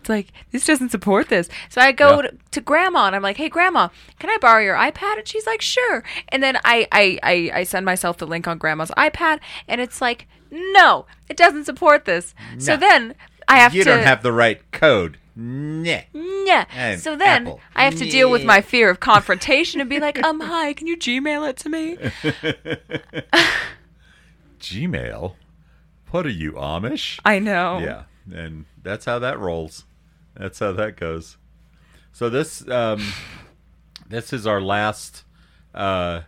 S1: It's like, this doesn't support this. So I go
S2: Yeah.
S1: to, to grandma and I'm like, hey, grandma, can I borrow your iPad? And she's like, sure. And then I, I, I, I send myself the link on grandma's iPad and it's like, no, it doesn't support this. So
S2: No.
S1: then I have
S2: You
S1: to.
S2: don't have the right code. Nah.
S1: Yeah.
S2: And
S1: so then
S2: Apple.
S1: I have to deal with my fear of confrontation and be like, um, hi, can you Gmail it to me?
S2: Gmail. What are you Amish?
S1: I know.
S2: Yeah, and that's how that rolls. That's how that goes. So this um, this is our last uh,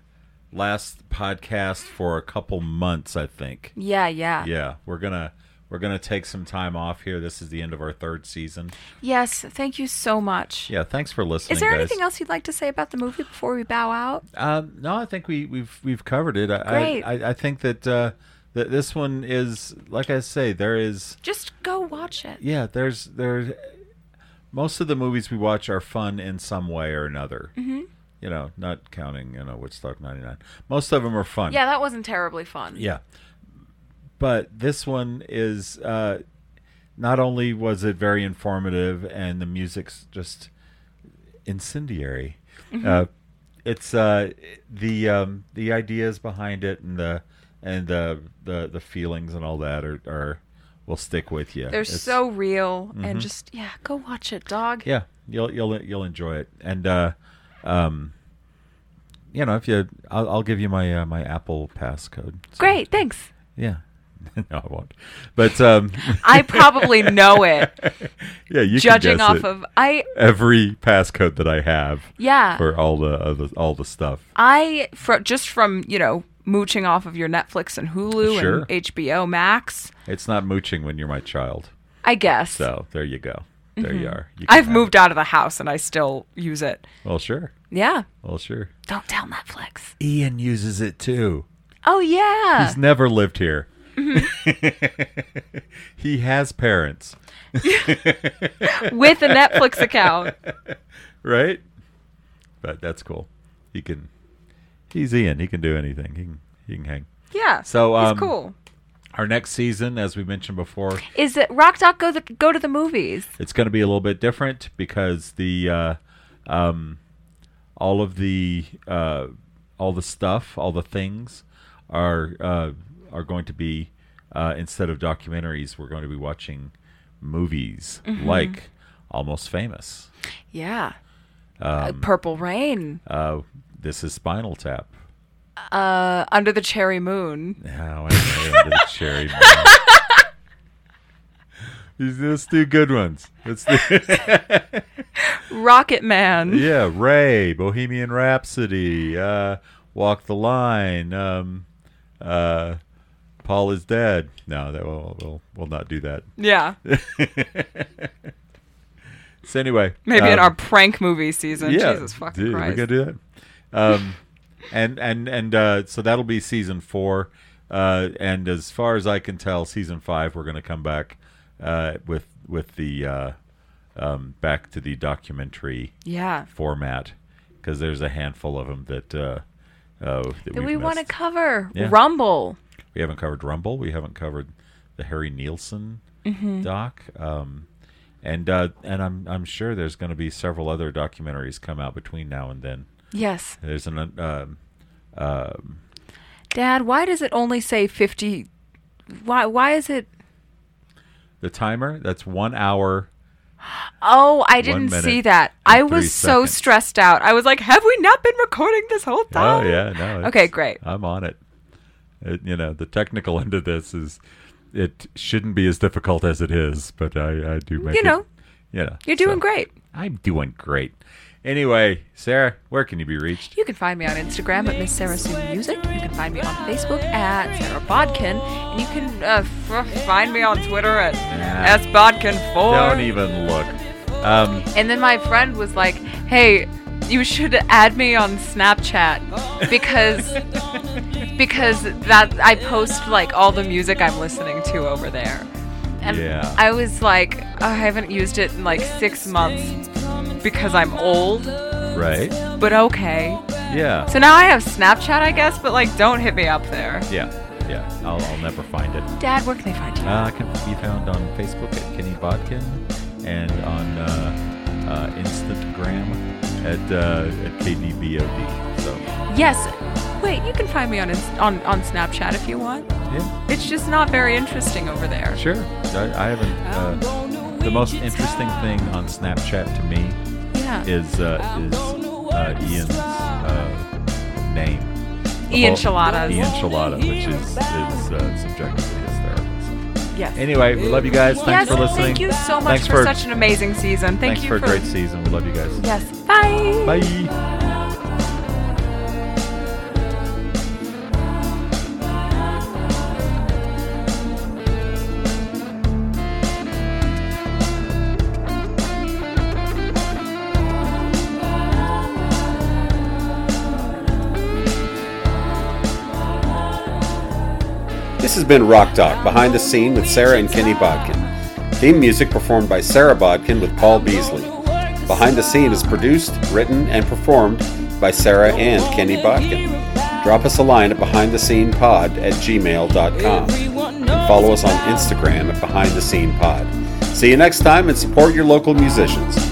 S2: last podcast for a couple months, I think.
S1: Yeah, yeah.
S2: Yeah, we're gonna we're gonna take some time off here. This is the end of our third season.
S1: Yes, thank you so much.
S2: Yeah, thanks for listening.
S1: Is there
S2: guys.
S1: anything else you'd like to say about the movie before we bow out?
S2: Um, no, I think we, we've we've covered it. I,
S1: Great.
S2: I, I I think that uh, that this one is like I say, there is
S1: Just go watch it.
S2: yeah, there's there. Most of the movies we watch are fun in some way or another. Mm-hmm. You know, not counting you know Woodstock '99. Most of them are fun.
S1: Yeah, that wasn't terribly fun.
S2: Yeah. But this one is uh, not only was it very informative and the music's just incendiary.
S1: Mm-hmm.
S2: Uh, it's uh, the um, the ideas behind it and the and the the, the feelings and all that are, are will stick with you.
S1: They're
S2: It's- Mm-hmm.
S1: so real and just yeah, go watch it, dog.
S2: yeah, you'll you'll you'll enjoy it. And uh, um, you know, if you, I'll, I'll give you my uh, my Apple passcode. So,
S1: Great, thanks.
S2: Yeah. no, I won't. But um,
S1: I probably know it,
S2: yeah, you can
S1: judging
S2: guess
S1: off
S2: it.
S1: of I
S2: every passcode that I have
S1: yeah.
S2: for all the, uh, the all the stuff.
S1: I fro- just from, you know, mooching off of your Netflix and Hulu
S2: Sure.
S1: and HBO Max,
S2: It's not mooching when you're my child.
S1: I guess.
S2: So there you go. There you are.
S1: Mm-hmm.
S2: You can
S1: I've
S2: have
S1: moved
S2: it.
S1: out of the house and I still use it.
S2: Well, sure.
S1: Yeah.
S2: Well, sure.
S1: Don't tell Netflix.
S2: Ian uses it too.
S1: Oh yeah. Mm-hmm.
S2: He's never lived here. he has parents,
S1: with a Netflix account.
S2: right? But that's cool. He can. He's Ian. He can do anything. He can. He can hang.
S1: Yeah.
S2: So, um,
S1: he's cool.
S2: Our next season, as we mentioned before,
S1: Is it Rock Doc go the, go to the movies?
S2: it's going to be a little bit different because the uh, um, all of the uh, all the stuff, all the things are uh, are going to be uh, instead of documentaries, we're going to be watching movies like Almost Famous.
S1: Yeah. Uh, Purple Rain,
S2: Um, Uh, this is Spinal Tap.
S1: uh, Under the Cherry Moon.
S2: Oh, I know, under the cherry. moon. These let's do good ones. Let's do
S1: Rocket Man.
S2: Yeah, Ray, Bohemian Rhapsody, uh, Walk the Line, um, uh, Paul is Dead. No, that we'll, we'll, we'll not do that.
S1: Yeah.
S2: So anyway,
S1: Maybe in
S2: um,
S1: our prank movie season. Jesus fucking
S2: dude,
S1: Christ.
S2: We gonna do that. Um, and and and uh, so that'll be season four. Uh, and as far as I can tell, season five, we're gonna come back uh, with with the uh, um, back to the documentary
S1: yeah.
S2: format because there's a handful of them that uh, uh, that,
S1: That
S2: we've
S1: we want to
S2: missed.
S1: cover
S2: Yeah.
S1: Rumble.
S2: we haven't covered Rumble. We haven't covered the Harry Nielsen
S1: Mm-hmm.
S2: doc. Um, and uh, and I'm I'm sure there's going to be several other documentaries come out between now and then.
S1: Yes.
S2: There's an um,
S1: Dad, why does it only say 50 why why is it
S2: the timer that's one hour.
S1: Oh, I didn't
S2: minute
S1: see that.
S2: and
S1: I
S2: three
S1: was so
S2: seconds.
S1: stressed out. I was like, have we not been recording this whole
S2: Oh
S1: time?
S2: yeah, no. it's-
S1: Okay, great.
S2: I'm on it. it. You know, the technical end of this is it shouldn't be as difficult as it is, but I I do make
S1: You
S2: it-
S1: know.
S2: Yeah,
S1: You're doing
S2: so.
S1: great.
S2: I'm doing great. Anyway, Sarah, where can you be reached?
S1: You can find me on Instagram at Miss Sarah Sue Music. You can find me on Facebook at Sarah Bodkin. And you can uh, f- find me on Twitter at
S2: Nah.
S1: S sbodkin4.
S2: Don't even look. Um,
S1: And then my friend was like, "Hey, you should add me on Snapchat because because that I post like all the music I'm listening to over there." And
S2: Yeah.
S1: I was like, "I haven't used it in like 6 months because I'm old."
S2: right?
S1: But okay.
S2: Yeah.
S1: So now I have Snapchat, I guess, but like, don't hit me up there.
S2: Yeah. Yeah. I'll, I'll never find it.
S1: Dad, where can they find you?
S2: Uh, I can be found on Facebook at Kenny Bodkin and on uh, uh, Instagram at, uh, at KDBOD. So,
S1: Yes. Wait, you can find me on Inst- on on Snapchat if you want.
S2: yeah,
S1: It's just not very interesting over there.
S2: sure. I, I haven't. Uh, the most interesting thing on Snapchat to me
S1: Yeah.
S2: is uh, is uh, Ian's uh, name.
S1: Ian Chiladas.
S2: Enchiladas. Ian Chilada, which is, is uh, subjectively his therapist.
S1: Yes.
S2: Anyway, we love you guys.
S1: yes.
S2: Thanks for listening.
S1: Thank you so much
S2: Thanks
S1: for, such an amazing season. Thank
S2: thanks
S1: you
S2: for a great season. We love you guys.
S1: Yes. Bye.
S2: Bye.
S3: This has been Rock Talk Behind the Scene with Sarah and Kenny Bodkin. Theme music performed by Sarah Bodkin with Paul Beasley. Behind the Scene is produced, written, and performed by Sarah and Kenny Bodkin. Drop us a line at behindthescenepod at gmail.com and follow us on Instagram at Behind the Scene Pod. See you next time and support your local musicians.